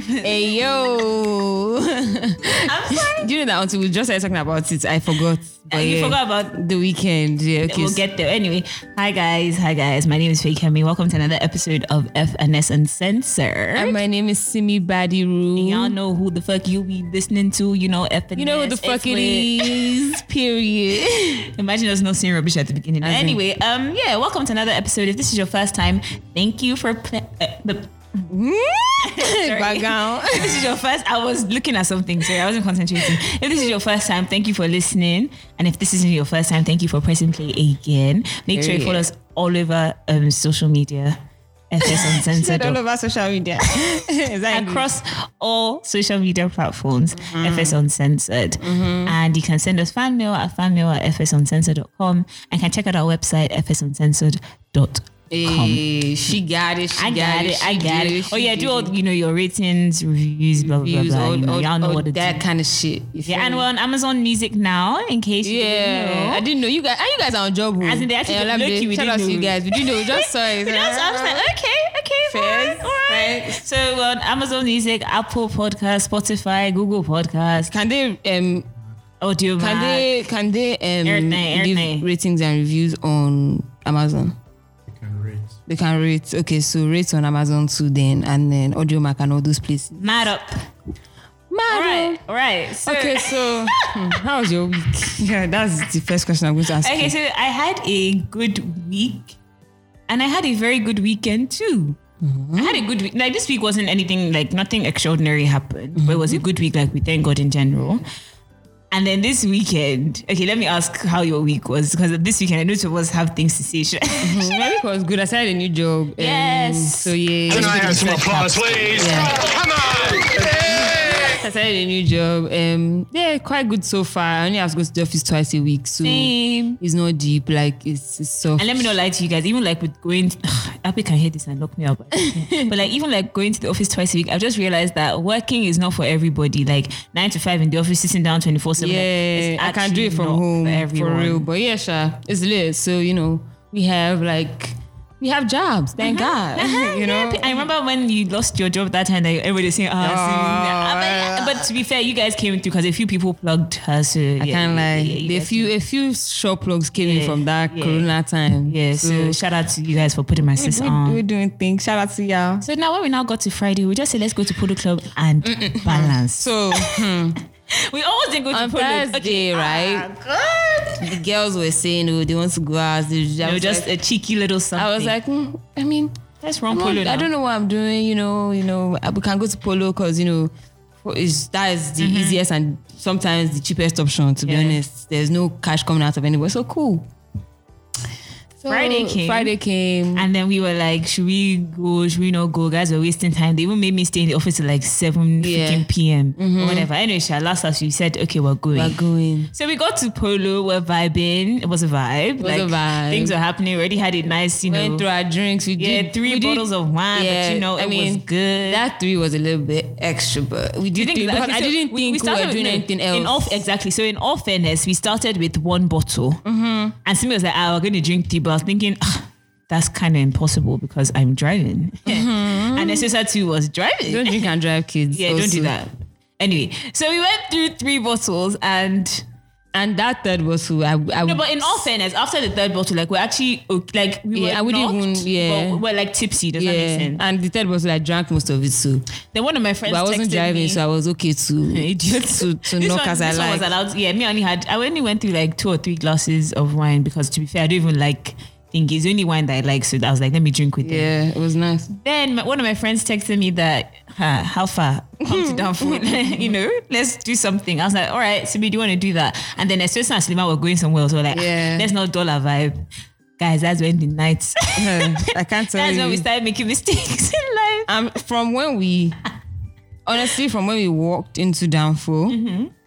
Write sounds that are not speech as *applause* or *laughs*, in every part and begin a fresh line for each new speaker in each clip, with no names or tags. hey yo. *laughs*
I'm sorry.
Do you know that until we just started talking about it, I forgot. But
Uh, you
yeah,
forgot about
the weekend. Yeah, okay.
We'll get there. Anyway, hi guys, hi guys. My name is Faye Kemi. Welcome to another episode of FNS Uncensored.
And my name is Simi Badiru.
Y'all know who the fuck you be listening to, you know, FNS.
You know who the fuck it
X-Wave. *laughs*
is. Period.
Imagine us not saying rubbish at the beginning.
in-
Anyway, um, yeah, welcome to another episode. If this is your first time, thank you for pla- uh, the.
*laughs*
*laughs*
Background.
If this is your first, I was looking at something, sorry, I wasn't concentrating. If this is your first time, thank you for listening. And if this isn't your first time, thank you for pressing play again. Make sure you follow us all over um, social media, FS Uncensored.
all over social *laughs* media. Is that
*laughs*
English? Mm-hmm.
across all social media platforms, FS Uncensored. And you can send us fan mail at fanmail at fsuncensored.com and can check out our website, fsuncensored.com.
Hey, she got it. She
I got it.
she
I got
did
it.
she
Oh yeah,
did
do
it.
all you know your ratings, reviews, blah blah blah.
Views,
blah. you
all,
know,
all,
y'all know
all
what it
that
is.
kind of shit. You feel
Yeah, and
me?
we're on Amazon Music now. In case you
Mm. Yeah, I
didn't know.
didn't know you guys. And you guys are on job. oh.
As in they actually
Eh, Olamide,
look you, we
Shout out
didn't
to you
know.
guys. We didn't know. We just
*laughs*
saw it.
We just- I was like, okay, okay,
Fair,
alright, alright.
fair.
So we're on Amazon Music, Apple Podcast, Spotify, Google Podcast,
can they um
Audio.
can they can they um
Everything,
give
everything.
ratings and reviews on Amazon?
Can rate.
They can rate. Okay, so rate on Amazon too then, and then Audio Mac and all those places. oh.
Mad up. All right, all right. So,
Okay,
*laughs*
so hmm, how was your week? *laughs* Yeah, that's the first question I'm going to ask.
okay,
you. *laughs*
so I had a good week, and I had a very good weekend too. I had a good week. Like this week wasn't anything like nothing extraordinary happened, but it was a good week. Like we thank God in general. And then this weekend, okay, let me ask how your week was because this weekend I know two of us have things to say. *laughs* Should I-
My week was good. I started a new job. um,
Yes.
so yeah.
Can I have some applause, please? Oh, Come on!
I started a new job. Um, yeah, quite good so far. I only have to go to the office twice a week, so
Same.
it's not deep. Like it's, it's soft.
And let me not lie to you guys, even like with going, *sighs* Abby can hear this and knock me out. But, *laughs* but like even like going to the office twice a week, I've just realized that working is not for everybody. Like nine to five in the office, sitting down 24 7.
yeah, I can do it from home for,
Uh-huh.
real. But yeah, sure, it's lit. So you know, we have like we have jobs. Thank
Uh-huh,
God. *laughs* you know,
I remember when you lost your job that time that everybody was saying, ah,
Oh,
see, nah." but, but to be fair, you guys came through because a few people plugged her. So
I can't lie. a few a few short plugs came in
Yeah,
from that
yeah.
Corona time.
Yeah, so, shout out to you guys for putting my sis
we,
on.
we're doing things. Shout out to y'all.
So now when we now got to Friday, we just say let's go to Polo Club and balance.
So *laughs*
We always didn't go to
on
Polo.
Thursday, right?
Ah, God.
the girls were saying, "Oh, they want to go out." They just, I
No,
was
just
like,
a cheeky little something.
I was like, "Hmm, I mean,
let's run
I'm
Polo.
not-
now.
I don't know what I'm doing. You know, you know, I- we can go to polo because you know, for- it's, that is the easiest and sometimes the cheapest option. To
Mm-hmm. Yeah.
be honest, there's no cash coming out of anywhere. So cool. So,
Friday came.
Friday came.
And then we were like, should we go? Should we not go? Guys, we're wasting time. They even made me stay in the office till like seven
Yeah. Mm-hmm.
freaking p.m. or whatever. Anyway, Sha, last us, you said, okay, we're going.
We're going.
So we got to Polo, we're vibing. It was a vibe.
was a vibe.
Things were happening. We already had a nice, you know,
Went through our drinks. We
yeah,
did
three
we did-
bottles of wine.
Yeah,
but you know,
I
it
mean,
was good.
That three was a little bit extra, but we
You
did
think
three
that-
because
okay,
I
so
didn't think we,
started
were doing
with-
anything
in
else.
all- exactly. So in all fairness, we started with one bottle,
Mm-hmm.
and Simi was like, "Ah, we're going to drink tea," but I was thinking. "Ah, That's kind of impossible because I'm driving, *laughs* and Nessessa too was driving.
*laughs* Mm-hmm. don't drink and drive, kids.
yeah, don't
also.
do that. Anyway, so we went through three bottles, and
And that third bottle, I, I
no, but in all fairness, after the third bottle, like we're actually o- like we were
Yeah, and we didn't even-
knocked,
yeah.
but we're like tipsy. Does that make
yeah,
sense?
and the third bottle, I drank most of it too.
Then one of my friends,
But I wasn't
texted
driving,
me,
so I was okay *laughs* to
idiot
to, to
This
knock
one-
as I
this one
like.
was allowed. Yeah, me only had. I only went through like two or three glasses of wine because, to be fair, I don't even like thingies. It's the only wine that I like, so I was like, let me drink with it.
yeah, it was nice.
Then my, one of my friends texted me that, huh, how far? Come to
*laughs*
Danford, *laughs* you know, let's do something. I was like, all right, Sibi, do you want to do that? And then Espresso and Slima were going somewhere, so we're like,
Yeah.
let's not dollar vibe. Guys, that's when the night.
*laughs* I can't tell
*laughs* that's when we
you.
started making mistakes *laughs* in life.
Um, from when we, *laughs* honestly, from when we walked into Downfall, *sighs*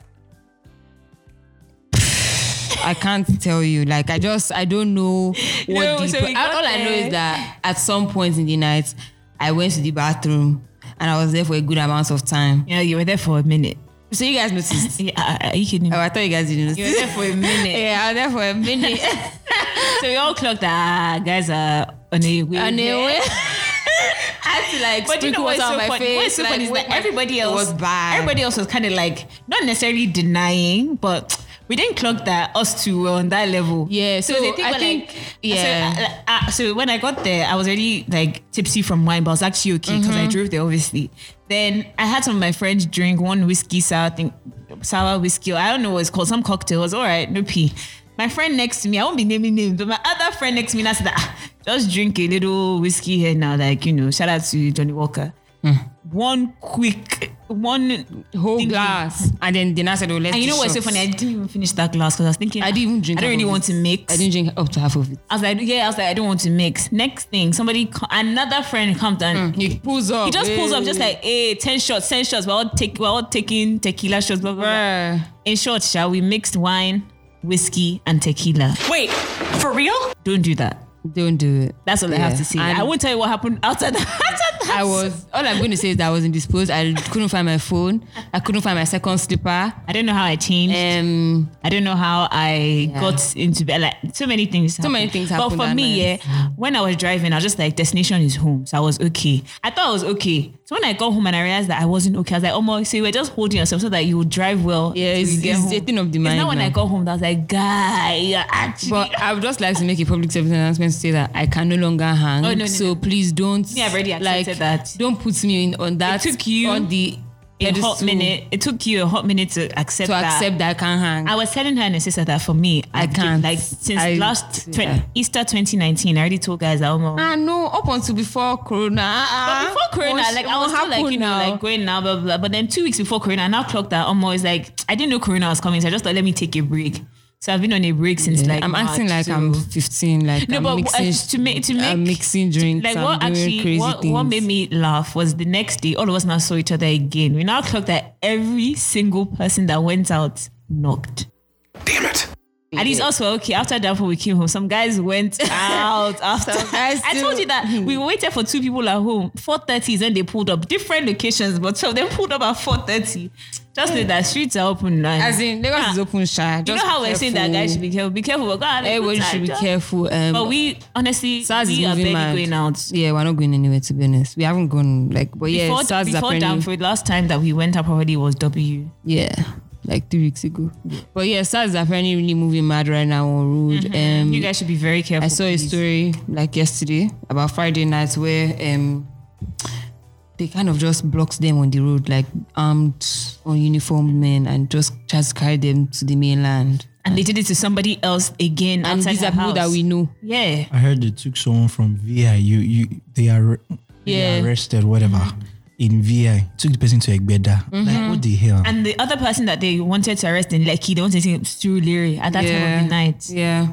I can't tell you. Like, I just, I don't *laughs* know what
No,
the.
so we got
all I know
there.
is that at some point in the night, I went to the bathroom and I was there for a good amount of time.
You know, you were there for a minute.
So you guys noticed. *laughs*
Yeah, are you kidding me?
Oh, I thought you guys didn't.
You were there for a minute.
*laughs* yeah, I was there for a minute.
*laughs* uh, So we all clocked that ah, guys are on a way.
On a way.
*laughs* I
had to like
But you
sprinkle
know what's
water
so
on my
funny? What's
face.
so funny
like,
is
with
that
my-
everybody
it
else
was bad.
Everybody else was kind of like not necessarily denying, but we didn't clock that us two were on that level.
Yeah, so
they
I
we're
think- yeah.
So, uh, uh, so when I got there, I was already like tipsy from wine, but I was actually okay because
Mm-hmm.
I drove there, obviously. Then I had some of my friends drink one whiskey sour thing, sour whiskey. I don't know what it's called, some cocktail. It was all right, no pee. My friend next to me, I won't be naming names, but my other friend next to me, that's that. "Ah, Just drink a little whiskey here now, like you know. Shout out to Johnny Walker. One quick, one
whole
thinking-
glass, and then then I said, "Oh, let's."
And you
do
know what's so
shots.
funny? I didn't even finish that glass because I was thinking
I didn't even drink.
I don't
half
really
of
want
it.
to mix.
I didn't drink up to half of it.
I was like, yeah, I was like, I don't want to mix. Next thing, somebody, co- another friend comes and
He pulls up.
he just pulls up, just
hey.
like, hey, 10 shots, 10 shots. We're all, take, we're all taking tequila shots, blah, blah, blah.
Bruh.
In short, shall we mixed wine, whiskey, and tequila?
Wait, for real?
Don't do that.
Don't do it.
That's all I have
Yeah.
to say.
And
I won't tell you what happened after that. After *laughs* that.
I was all I'm going to say is that I was indisposed. I couldn't find my phone. I couldn't find my second slipper.
I don't know how I changed.
Um,
I don't know how I
Yeah.
got into bed. Like so many things. So
many things happened
But for
that
me,
night.
yeah, when I was driving, I was just like, destination is home. So I was okay. I thought I was okay. So when I got home and I realized that I wasn't okay, I was like, oh my, so you were just holding yourself so that you would drive well.
Yeah,
till
it's-
you get
it's
home.
a thing of the
It's
mind
not when
now.
I got home that I was like, guy, you're actually.
but I would just like to make a public service announcement to say that I can no longer hang.
Oh, no, no,
so
no.
please don't.
Yeah, I've already accepted
like,
that.
Don't put me in on that.
took you
on the
a hot
pedestal
minute. It took you a hot minute to accept
to
that.
accept that I can't hang.
I was telling her and her sister that for me, I,
can't.
can't. Like since
I-
last twen-
yeah.
Easter 2019, I already told guys that. Oh, my,
Ah no, up until before Corona. ah,
But
ah.
before Corona,
Once-
like I
what
was still like,
happened
you know,
now?
like going now, blah, blah, blah. But then two weeks before Corona, I now clocked that I'm always like, I didn't know Corona was coming, so I just thought, let me take a break. So I've been on a break since like
I'm
March,
acting like
so-
I'm 15. Like
no,
I'm
but
mixing,
uh, to make to make
I'm mixing drinks.
like
I'm
what
doing
actually
crazy
what,
things.
what made me laugh was the next day all of us now saw each other again. We now clocked that every single person that went out knocked.
Damn it.
At least us were okay. After that, we came home. Some guys went *laughs* out after.
*laughs* Some guys Hmm.
I told you that we waited for two people at home. Four thirty is when they pulled up. Different locations, but some of them pulled up at four thirty. Just know that streets are open now.
Hmm. As in, Lagos
Ah.
is open, shy.
you know how we're saying that guys should be careful. Be careful. But God,
Everybody should be careful. Um,
But we honestly,
SARS is
we are
moving
barely
mad.
going out.
yeah, we're not going anywhere. To be honest, we haven't gone like, but yeah,
before
SARS is
before
apparently-
Danford, last time that we went up already was W.
yeah, like three weeks ago. But yeah, SARS is apparently really moving mad right now on road. Um,
Mm-hmm. You guys should be very careful.
I saw a
please.
story like yesterday about Friday nights where um they kind of just blocks them on the road, like armed, uniformed men, and just just carry them to the mainland.
and they did it to somebody else again.
And
outside
these
her
are people that
house.
we know.
Yeah.
I heard they took someone from VI. You, you, they are, they
Yeah.
are arrested, whatever, in VI. Took the person to Egbeda. Like, what the hell?
And the other person that they wanted to arrest in Lekki, they wanted to say Stu Leary at that time of the night.
Yeah.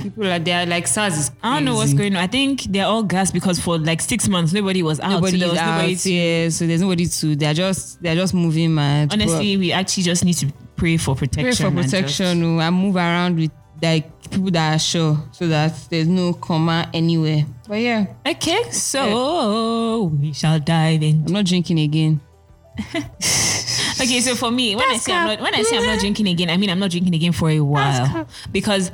People are there, like SARS is
I don't know what's
crazy.
going on. I think they're all gassed because for like six months nobody was out.
Nobody
so there
is
was
out,
nobody to-
yeah. So there's nobody to. They're just they're just moving mad.
Honestly, we actually just need to pray for
but
protection.
pray for
and
protection. oh, I move around with like people that are sure, so that there's no comma anywhere. But yeah,
just- Okay, so we shall dive in.
I'm not drinking again.
Okay, so for me, when I say I'm not when I say I'm not drinking again, I mean I'm not drinking again for a while because.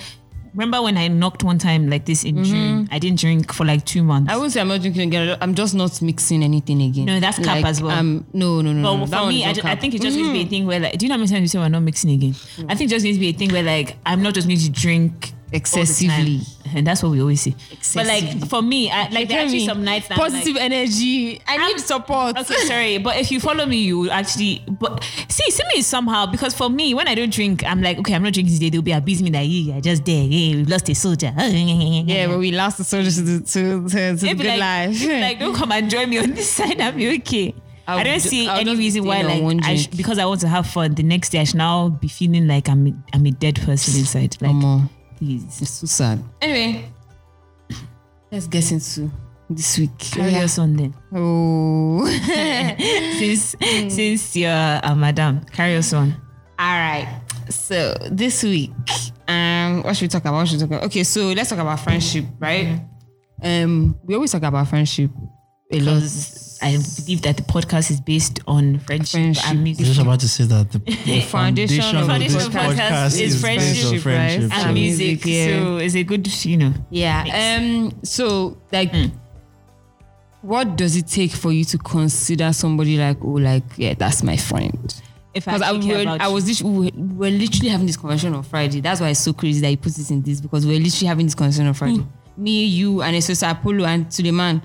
Remember when I knocked one time like this
Mm-hmm.
in June? I didn't drink for like two months.
I won't say I'm not drinking again. I'm just not mixing anything again.
No, that's cap
Like,
as well.
Um, no, no, no.
But
no. That
for
one
me,
is
I,
not
just, I
cap. Mm.
think it just needs to be a thing where, like, do you know how many times you say we're not mixing again? I think it just needs to be a thing where, like, I'm not just going to drink all the time.
Excessively.
and that's what we always say. But
Excessively.
like for me, I, like there are
Tell
actually
me,
some nights that I'm like-
positive energy. I need support.
Okay, sorry, but if you follow me, you will actually. But see, see me somehow because for me, when I don't drink, I'm like, okay, I'm not drinking today. They'll be abusing me that yeah, I just there. Yeah, we lost a soldier. *laughs*
Yeah,
Yeah,
but we lost the soldiers to, the- to, to, to the
They'll
good
be like,
life.
like, don't come and join me on this *laughs* side. I'm okay. I'll,
"Hmm."
I
I'll
do not
ju-
see
I'll
any
just
reason
stay
why,
on
like,
one
I sh-
drink.
because I want to have fun. The next day, I should now be feeling like I'm a, I'm a dead person inside. Like,
Omo.
please
It's so sad. Anyway, let's get into this week.
carry us on
*laughs*
then.
Oh, Hmm.
Since since you're a madam, carry us on.
all right. *laughs* So this week, um, what should we talk about? What should we talk about? Okay, so let's talk about friendship, right? Um, we always talk about friendship a lot.
Because I believe that the podcast is based on friendship,
Friendship.
and
I was just
music.
about to say that the, the
foundation
foundation,
of
of,
Foundation
this
of podcast
podcast
is
is, based on
friendship,
friendship.
right?
so-
And music,
Music, yeah.
so it's a good, you know.
Hmm. Yeah. Um. So like, what does it take for you to consider somebody like, oh, like, yeah, that's my friend?
If I,
Because I,
actually care
were,
about
I
you.
was lit- we were- we were literally having this conversation on Friday. That's why it's so crazy that he puts it in this because we were literally having this conversation on Friday.
Hmm.
Me, you, and Esosa Apollo and to the man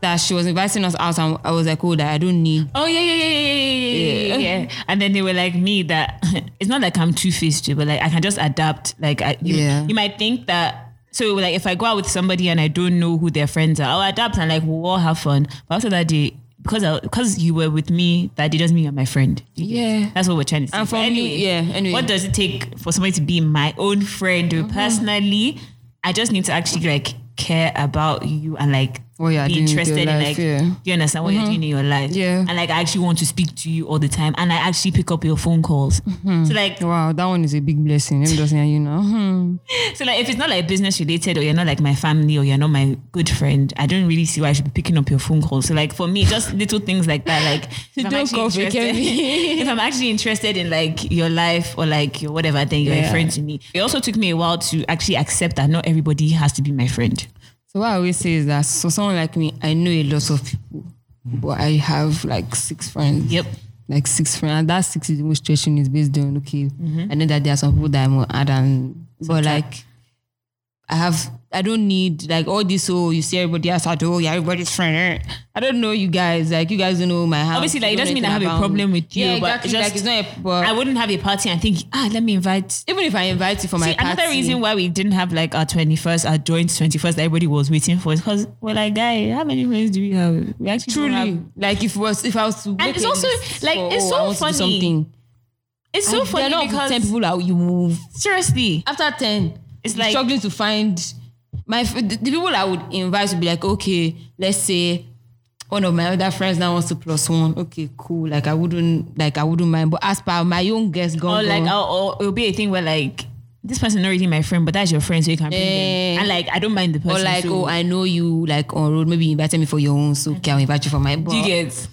that she was inviting us out, and I was like, oh, that I don't need.
Oh yeah, yeah, yeah, yeah, yeah, yeah, yeah, yeah. And then they were like me that *laughs* it's not like I'm two faced, but like I can just adapt. Like I, you,
Yeah.
you might think that. So like if I go out with somebody and I don't know who their friends are, I'll adapt and like we'll all have fun. But after that day, because I, because you were with me, that day doesn't mean you're my friend.
Yeah.
That's what we're trying to say.
And for
But
me, yeah, anyway. Mm-hmm.
What does it take for somebody to be my own friend? Personally, I just need to actually like care about you and like
What you're
be
doing with
interested
your
in
life,
like
yeah. Mm-hmm.
do you understand what you're doing in your life?
Yeah.
And like I actually want to speak to you all the time and I actually pick up your phone calls.
Mm-hmm.
So like
Wow, that one is a big blessing. Let me just hear you know. Hmm.
so like if it's not like business related or you're not like my family or you're not my good friend, I don't really see why I should be picking up your phone calls. So like for me, just little things like that,
*laughs*
like if I'm
Don't
actually
complicate
interested-
me.
*laughs* if I'm actually interested in like your life or like your whatever, then you're
Yeah.
a friend to me. It also took me a while to actually accept that not everybody has to be my friend.
So what I always say is that so someone like me, I know a lot of people, but I have like six friends.
Yep.
Like six friends. And that six is which situation is based on okay.
Mm-hmm.
I know that there are some people that I'm gonna add and but like I have I don't need like all this oh you see everybody else out oh yeah everybody's friend. eh. I don't know you guys. Like you guys don't know my house.
Obviously, like,
You
it
don't
doesn't
know
mean I have
anything
a
about
problem
me.
with you,
um, Yeah,
but
exactly.
just-
like it's not a but
I wouldn't have a party and think, ah, let me invite.
even if I invite you for my
See,
party.
another reason why we didn't have like our 21st, our joint 21st that everybody was waiting for is because we're like, guy, how many friends do we have? We actually don't have
truly like if it was if I was to make
it's
a
also,
list
like,
for,
it's
oh,
so
I want to do
funny.
something
It's so
There are
funny
not
because
ten people that you move
seriously,
after ten.
It's
you're
like-
struggling to find my f- the, the people I would invite would be like, okay, let's say one of my other friends now wants to plus one. Okay, cool. Like I wouldn't like I wouldn't mind, but as per my own guest,
or
gone.
like,
gone.
or, or it'll be a thing where like this person not really my friend, but that's your friend, so you can bring
Eh.
them. And like, I don't mind the person.
or like,
so
oh, I know you like on road. Maybe you invited me for your own, so okay, I'll invite you for my.
do you
But
get?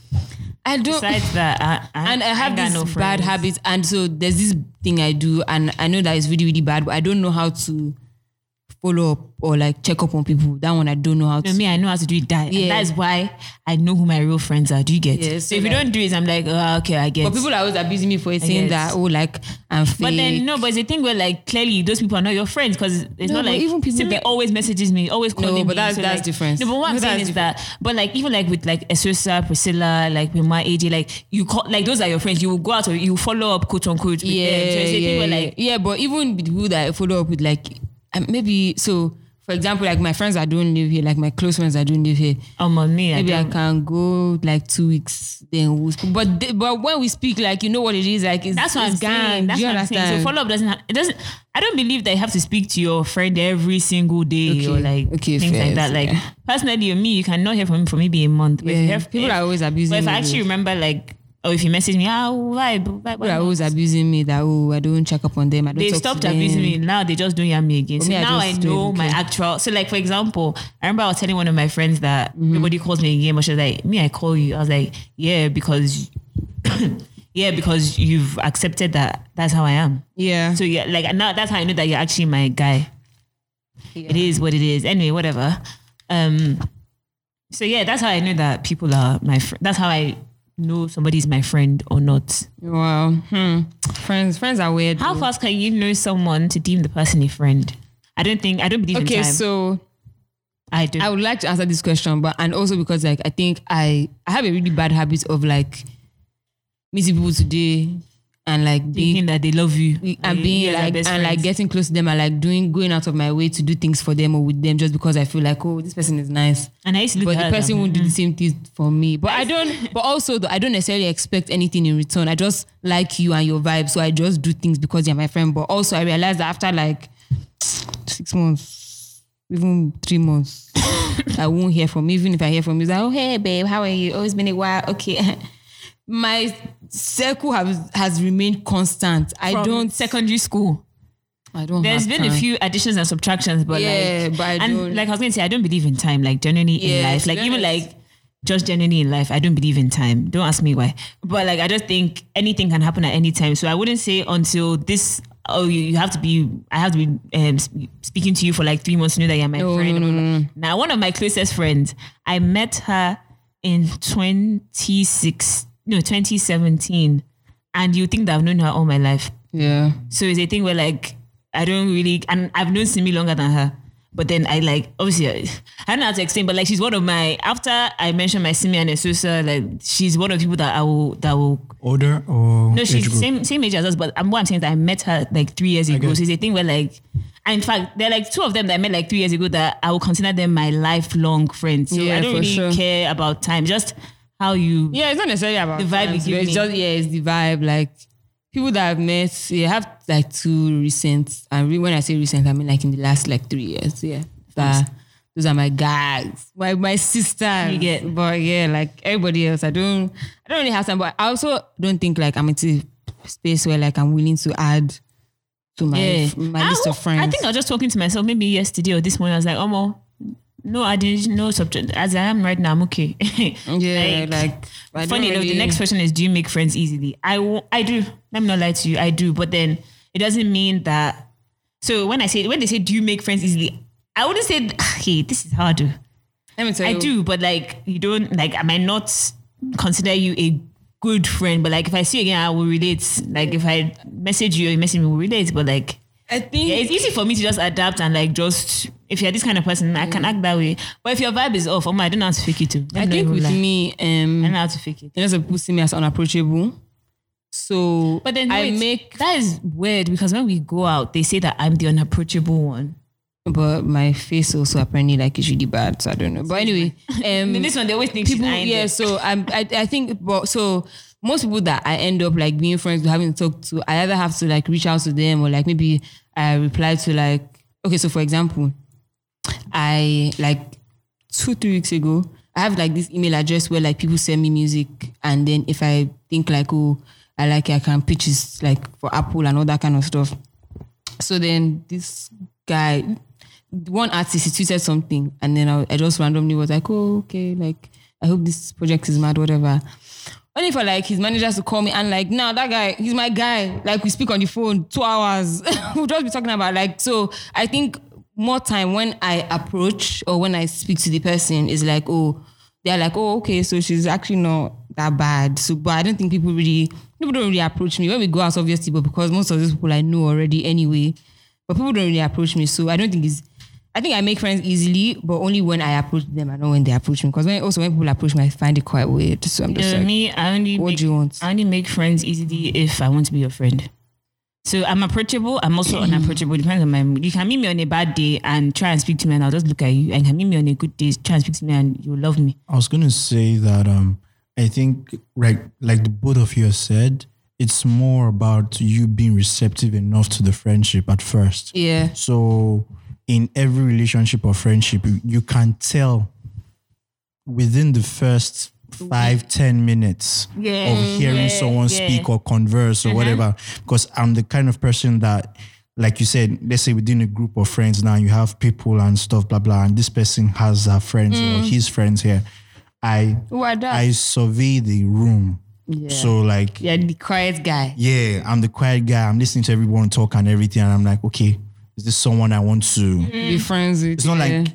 I don't.
Besides that, I, I,
oh. and I have
got
this
no
bad
friends.
habit, and so there's this thing I do, and I know that it's really really bad, but I don't know how to follow up or like check up on people. That one I don't know how to.
No, me, I know how to do it that.
Yeah.
And that's why I know who my real friends are. Do you get?
Yeah, so
so, if you
like-
don't do it, I'm like, oh, okay, I get.
But people are always abusing me for it, saying
Yes.
that oh, like I'm fake.
But then no, but it's a thing where like clearly those people are not your friends because it's
No, but
not like
even people
Simi
that-
always messages me, always calling me.
but that's-
so,
that's
like-
different.
No, but what I'm
No,
saying
that's
is that, but like even like with like Esosa, Priscilla, like with my AJ, like you call like those are your friends. You will go out or you follow up, quote unquote. With
yeah,
them. So it's a thing
yeah,
where
yeah.
like
yeah. But even with people that I follow up with, like um, maybe so. For example, like my friends that don't live here, like my close friends that don't live here,
um, on me, I
maybe I
don't,
can go like two weeks. Then we'll speak. But they, but when we speak, like you know what it is, like it's,
that's what
it's
I'm
gang.
saying. That's
Do you
what I'm
understand?
saying. So follow up doesn't. Have, it doesn't. I don't believe that you have to speak to your friend every single day
Okay,
or like
okay,
things
fair,
like that. Like
fair.
personally, me, you cannot hear from me for maybe a month. But if you
Yeah,
hear-
people are always abusing
But if
me
I
with-
actually remember, like, or if you message me, ah, vibe, vibe, vibe.
People are always abusing me that oh I don't check up on them. I don't
They've
talk
stopped
to them.
abusing me. Now they just don't hear me again.
For
So
me, I
now I
just do it,
know my
okay.
actual. So like for example, I remember I was telling one of my friends that
Mm-hmm.
nobody calls me again. But she was like, "Me, I call you." I was like, "Yeah, because, *coughs* yeah, because you've accepted that. That's how I am."
Yeah.
So yeah, like now that's how I know that you're actually my guy. It is what it is. Anyway, whatever. Um. So yeah, that's how I know that people are my. Fr- that's how I know somebody's my friend or not.
wow. Hmm. Friends, friends are weird.
How
though.
fast can you know someone to deem the person a friend? I don't think I don't believe
Okay,
in time.
so
I do.
I would like to answer this question, but and also because like I think I I have a really bad habit of like meeting people today and like being
thinking that they love you
and being
You're their
like and
best
like
friends.
getting close to them and like doing going out of my way to do things for them or with them just because I feel like oh this person is nice.
and I used to look
but
at
the
her
person
and
won't do the same thing for me. But I don't. But also, though, I don't necessarily expect anything in return. I just like you and your vibe, so I just do things because you're my friend. But also, I realized that after like six months, even three
*coughs*
months, I won't hear from. You. Even if I hear from you, it's like, oh hey babe, how are you? Oh, it's been a while. Okay, *laughs* my circle has has remained constant. I
from
don't.
secondary school.
I don't.
There's
have
been a
time.
few additions and subtractions, but
Yeah,
like
but I
and
don't-
like I was gonna say, I don't believe in time. Like genuinely in
Yeah,
life,
to
like
be
even
honest.
like just genuinely in life, I don't believe in time. Don't ask me why, but like I just think anything can happen at any time. So I wouldn't say until this oh, you, you have to be, I have to be um, sp- speaking to you for like three months to know that you're my friend. Now, one of my closest friends, I met her in 26, no, 2017. And you think that I've known her all my life.
Yeah.
So it's a thing where like I don't really, and I've known Simi longer than her. But then I like obviously I, I don't know how to explain, but like she's one of my after I mentioned my Simi and Esusa, like she's one of the people that I will that will
Older or
no, she's
age group?
same same age as us, but I'm what I'm saying is that I met her like three years ago.
Okay.
So it's a thing where like and in fact, there are like two of them that I met like three years ago that I will consider them my lifelong friends. So
Yeah,
I don't
for
really
sure.
care about time, just how you
Yeah, it's not necessarily about
The vibe
friends,
you
but It's
give me.
just yeah, it's the vibe. Like people that I've met, yeah, I have like two recent. And re- when I say recent, I mean like in the last like three years. Yeah, that those are my guys, my my sister.
You get-
but yeah, like everybody else, I don't, I don't really have time. But I also don't think like I'm into space where like I'm willing to add to my my
I
list
wo-
of friends.
I think I was just talking to myself maybe yesterday or this morning. I was like, Omo, no, I didn't know subject as I am right now. I'm okay. *laughs*
yeah, like, I don't
funny enough,
really-
the next question is, do you make friends easily? I wo- I do. Let me not lie to you, I do. But then it doesn't mean that. So when I say when they say, do you make friends easily? I wouldn't say, *sighs* hey, this is hard. oh."
Let me tell
I
you,
do, but like you don't like. I might not consider you a good friend, but like if I see you again, I will relate. Like if I message you, or you message me, we'll relate. But like
I think
yeah, it's easy for me to just adapt and like just if you're this kind of person, I can act that way. But if your vibe is off, oh my, I don't know how to fake it too.
Mm. I think with me, um,
I don't know how to fake it.
you know, some people see me as unapproachable. So,
But then
I
wait,
make,
that is weird because when we go out, they say that I'm the unapproachable one.
but my face also apparently like is really bad. So I don't know. But anyway,
*laughs* And
um,
this one, they always think
people,
she's eyeing
yeah.
them.
So I'm, I, I think, but so most people that I end up like being friends with, having talked to, I either have to like reach out to them or like maybe I reply to like, okay. So for example, I like two, three weeks ago, I have like this email address where like people send me music and then if I think like, oh, I like it, I can pitch it like for Apple and all that kind of stuff. So then this guy, one artist, he tweeted something and then I, I just randomly was like, oh, okay, like I hope this project is mad, whatever. Only for like his managers to call me and like, now that guy, he's my guy. Like we speak on the phone two hours. *laughs* we'll just be talking about like, so I think more time when I approach or when I speak to the person is like, oh, they're like, oh, okay, so she's actually not that bad. So, but I don't think people really, people don't really approach me when we go out, obviously, but because most of these people I know already anyway, but people don't really approach me. So I don't think it's, I think I make friends easily, but only when I approach them and not when they approach me. Because when, also when people approach me, I find it quite weird. So I'm just
Yeah,
like,
me, I only
What
make,
do you want?
I only make friends easily if I want to be your friend. So I'm approachable. I'm also
*clears throat*
unapproachable. Depends on my mood. You can meet me on a bad day and try and speak to me, and I'll just look at you. And you can meet me on a good day, try and speak to me, and you'll love me.
I was gonna say that um I think like like the both of you have said, it's more about you being receptive enough to the friendship at first.
yeah.
So in every relationship or friendship, you, you can tell within the first five, ten minutes
Yeah,
of hearing
yeah,
someone
yeah. Uh-huh.
speak or converse or whatever. Because I'm the kind of person that like you said, let's say within a group of friends now you have people and stuff, blah blah, and this person has her friends
Mm.
or his friends here. I
Who are that?
I survey the room. So like
yeah, the quiet guy.
yeah, I'm the quiet guy. I'm listening to everyone talk and everything, and I'm like, okay, is this someone I want to?
Mm-hmm. Mm.
Be friends with.
It's not
yeah.
like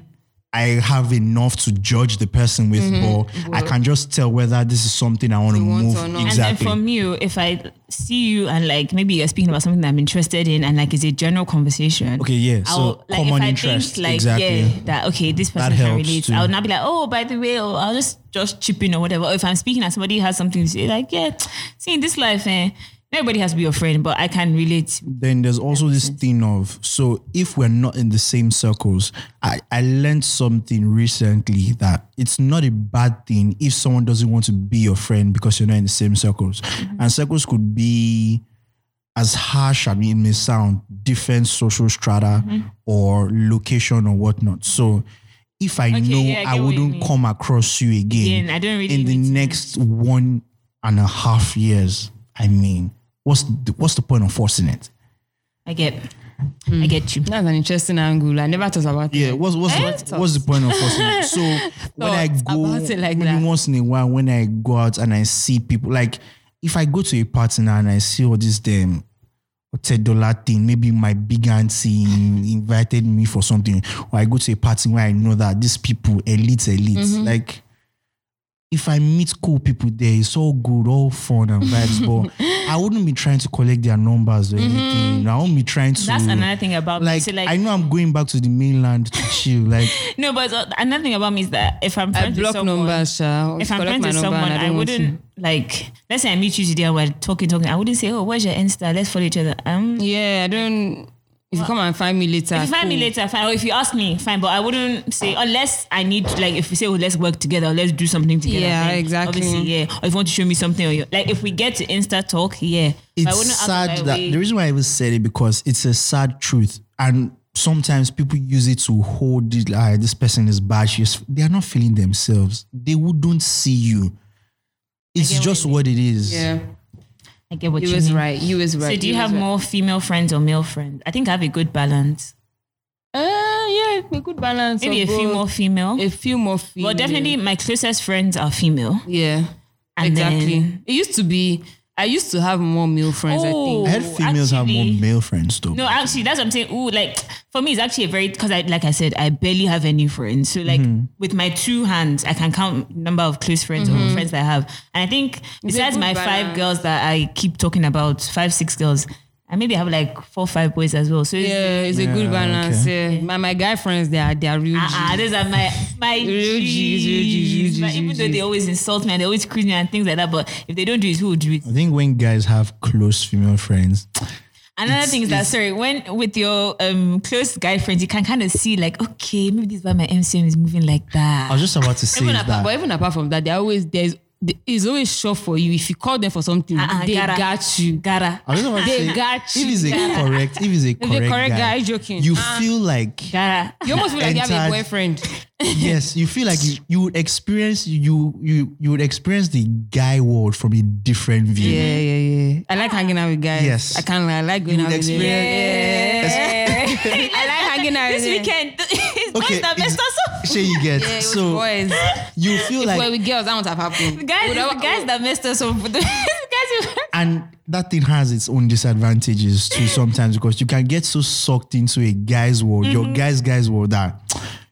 I have enough to judge the person with,
Mm-hmm.
but I can just tell whether this is something I want to
want
move
or not. And then
exactly.
And then from you, if I see you and like maybe you're speaking about something that I'm interested in and like it's a general conversation.
Okay, yeah, so
I'll, like
common
if I
interest,
think like
exactly.
yeah, that okay, this person
That
can
helps
relate.
too.
I would not be like, oh, by the way, oh, I'll just just chip in or whatever. Or if I'm speaking and somebody has something to say, like yeah, see in this life, eh, everybody has to be your friend, but I can relate.
then there's also this thing of so if we're not in the same circles, I, I learned something recently that it's not a bad thing if someone doesn't want to be your friend because you're not in the same circles.
Mm-hmm.
And circles could be as harsh I mean it may sound, different social strata
Mm-hmm.
or location or whatnot. So if I know
yeah, I get
I,
what you
wouldn't
mean.
come across you again
Again, I don't really
in the
need to know.
next one and a half years, I mean, what's the, what's the point of forcing it?
I get,
Hmm.
I get you.
That's an interesting angle. I never thought about it.
Yeah, what's what's the, what's the point of forcing
*laughs*
it? So when I
Thoughts
go
about it like
maybe
that.
once in a while when I go out and I see people like if I go to a party now and I see all these them $10 thing. Maybe my big auntie invited me for something, or I go to a party where I know that these people, elite, elite,
Mm-hmm.
like if I meet cool people there, it's all good, all fun and vibes.
*laughs*
but I wouldn't be trying to collect their numbers or
Mm-hmm.
anything. I wouldn't be trying to.
That's another thing about me.
like,
So, like-
I know I'm going back to the mainland to
*laughs*
chill. Like
No, but uh, another thing about me is that if I'm
I
friends with
block
someone,
numbers, sha.
if I'm
Collect
friends
my
with
number and
someone, I,
don't want to.
wouldn't like. Let's say I meet you today and we're talking, talking. I wouldn't say, "Oh, where's your Insta? Let's follow each other." Um,
Yeah, I don't. If you come and find me later,
if you find me
cool.
later, fine. Or if you ask me, fine. But I wouldn't say unless I need like if we say, "Oh, let's work together. Or let's do something together."
Yeah,
then
exactly.
Obviously, yeah. Or if you want to show me something, or you like if we get to Insta talk, yeah. But I
it's
wouldn't ask
sad
my
that
way.
the reason why I even said it because it's a sad truth, and sometimes people use it to hold it. Like this person is bad. She's they are not feeling themselves. They wouldn't see you. It's
get what
just what it is.
Yeah,
I get what
you
you
was
mean.
right. You was right.
So,
he
do you
was
have
right.
more female friends or male friends? I think I have a good balance.
Uh, yeah, a good balance.
Maybe a
of
few
both.
more female.
A few more. Female.
Well, definitely my closest friends are female.
Yeah.
And
exactly.
then-
it used to be. I used to have more male friends. I
I
think.
Oh.
had females have
actually-
more male friends though.
No, actually, that's what I'm saying. Ooh, like for me, it's actually a very because I like I said, I barely have any friends. So like with my two hands, I can count number of close friends or friends that I have. And I think besides
Mm-hmm. good
my
balance.
five girls that I keep talking about, five six girls, I maybe have like four five boys as well. So it's,
Yeah, it's a
Yeah,
good balance.
okay.
Yeah, my my guy friends, they are they are real.
Ah, ah,
G's.
those are my my
Real G's, real G's,
G's.
real
But
G's,
even
real
though they
G's.
always insult me and they always quiz me and things like that, but if they don't do it, who will do it?
I think when guys have close female friends,
Another thing is that sorry, when with your um close guy friends, you can kind of see like, okay, maybe this is why my MCM is moving like that.
I was just about to say
even
is
apart, but
that
even apart from that, they are always there's they- it's always sure for you. If you call them for something,
Ah, ah,
they
gara.
got you.
Gara.
I was just about to
They
say
got
if he's a correct if he's a
a
correct,
correct
guy,
guy, he's joking.
you
Uh-huh.
feel like
Gara.
You almost feel like you have a
Entered-
boyfriend.
yes, you feel like you, you would experience you you you would experience the guy world from a different view.
Yeah, yeah, yeah. I like hanging out with guys.
Yes.
I can't lie. I like going
You
out
would
with them.
experience-
Yeah. *laughs* I like hanging out
this
with them.
weekend. *laughs* it's
Okay,
boys that messed us up.
*laughs* Sure you
*laughs*
get
Yeah, it was
so
boys.
you feel
If
like
we're with girls, that won't have happened.
*laughs* Guys,
Would
it's
I-
the guys that messed *laughs* us up. The guys who-
and that thing has its own
*laughs*
disadvantages too sometimes because you can get so sucked into a guy's world,
Mm-hmm.
your guy's guy's world that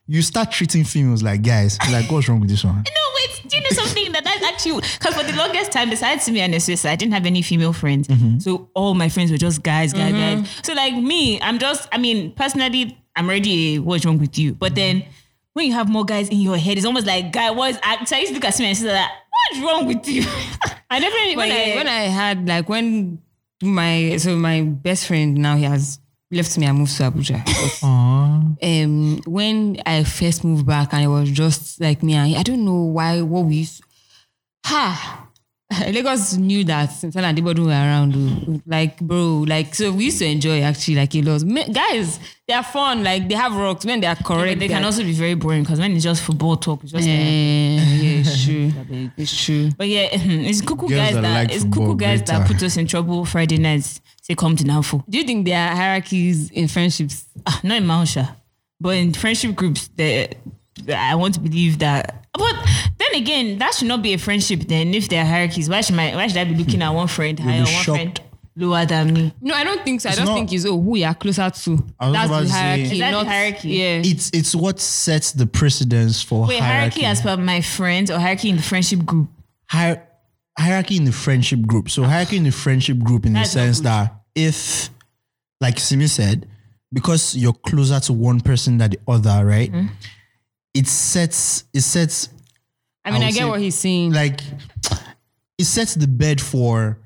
you start treating females like guys. Like what's wrong with
*laughs*
this one?
No, wait. Do you know something that that's actually because for the longest time, besides me and Nessissa, I didn't have any female friends. So all my friends were just guys, guys, guys. So like me, I'm just. I mean, personally, I'm already. a What's wrong with you? But then when you have more guys in your head, it's almost like guy. What's I, so I used to look at me and say like, what's wrong with you? *laughs*
I definitely when
But
I
yeah.
when I had like when my so my best friend now he has left me. I moved to
*laughs*
Abuja.
Aww.
um, when I first moved back and it was just like me and I don't know why what we used ha *laughs* Lagos knew that since and anybody were around oh. like bro like so we used to enjoy actually like it was Me- guys they are fun like they have rocks when they are correct
But they can also be very boring because when it's just football talk, it's just.
Eh,
like-
yeah it's
*laughs*
true it's true
But yeah, *laughs* it's cuckoo
Girls
guys
that
that,
like
it's
football,
cuckoo guys
great
that
time.
put us in trouble Friday nights. Say come to Nanfu.
do you think there are hierarchies in friendships
Ah, not in Mausha, but in friendship groups, the, I want to believe that. But then again, that should not be a friendship. Then, if there are hierarchies, why should my why should I be looking at one friend higher,
be
one friend
shocked.
lower than me?
no I don't think so I
It's
just
not-
think it's oh who you are closer to
I was
that's
about
the
to say-
hierarchy
Is that the
not
hierarchy?
yeah
It's it's what sets the precedence for
Wait, hierarchy, as per my friends or hierarchy in the friendship group? That's not
sense
good.
that if, like Simi said, because you're closer to one person than the other, right? It sets it sets
I mean I,
I would
get
say-
what he's saying
like it sets the bed for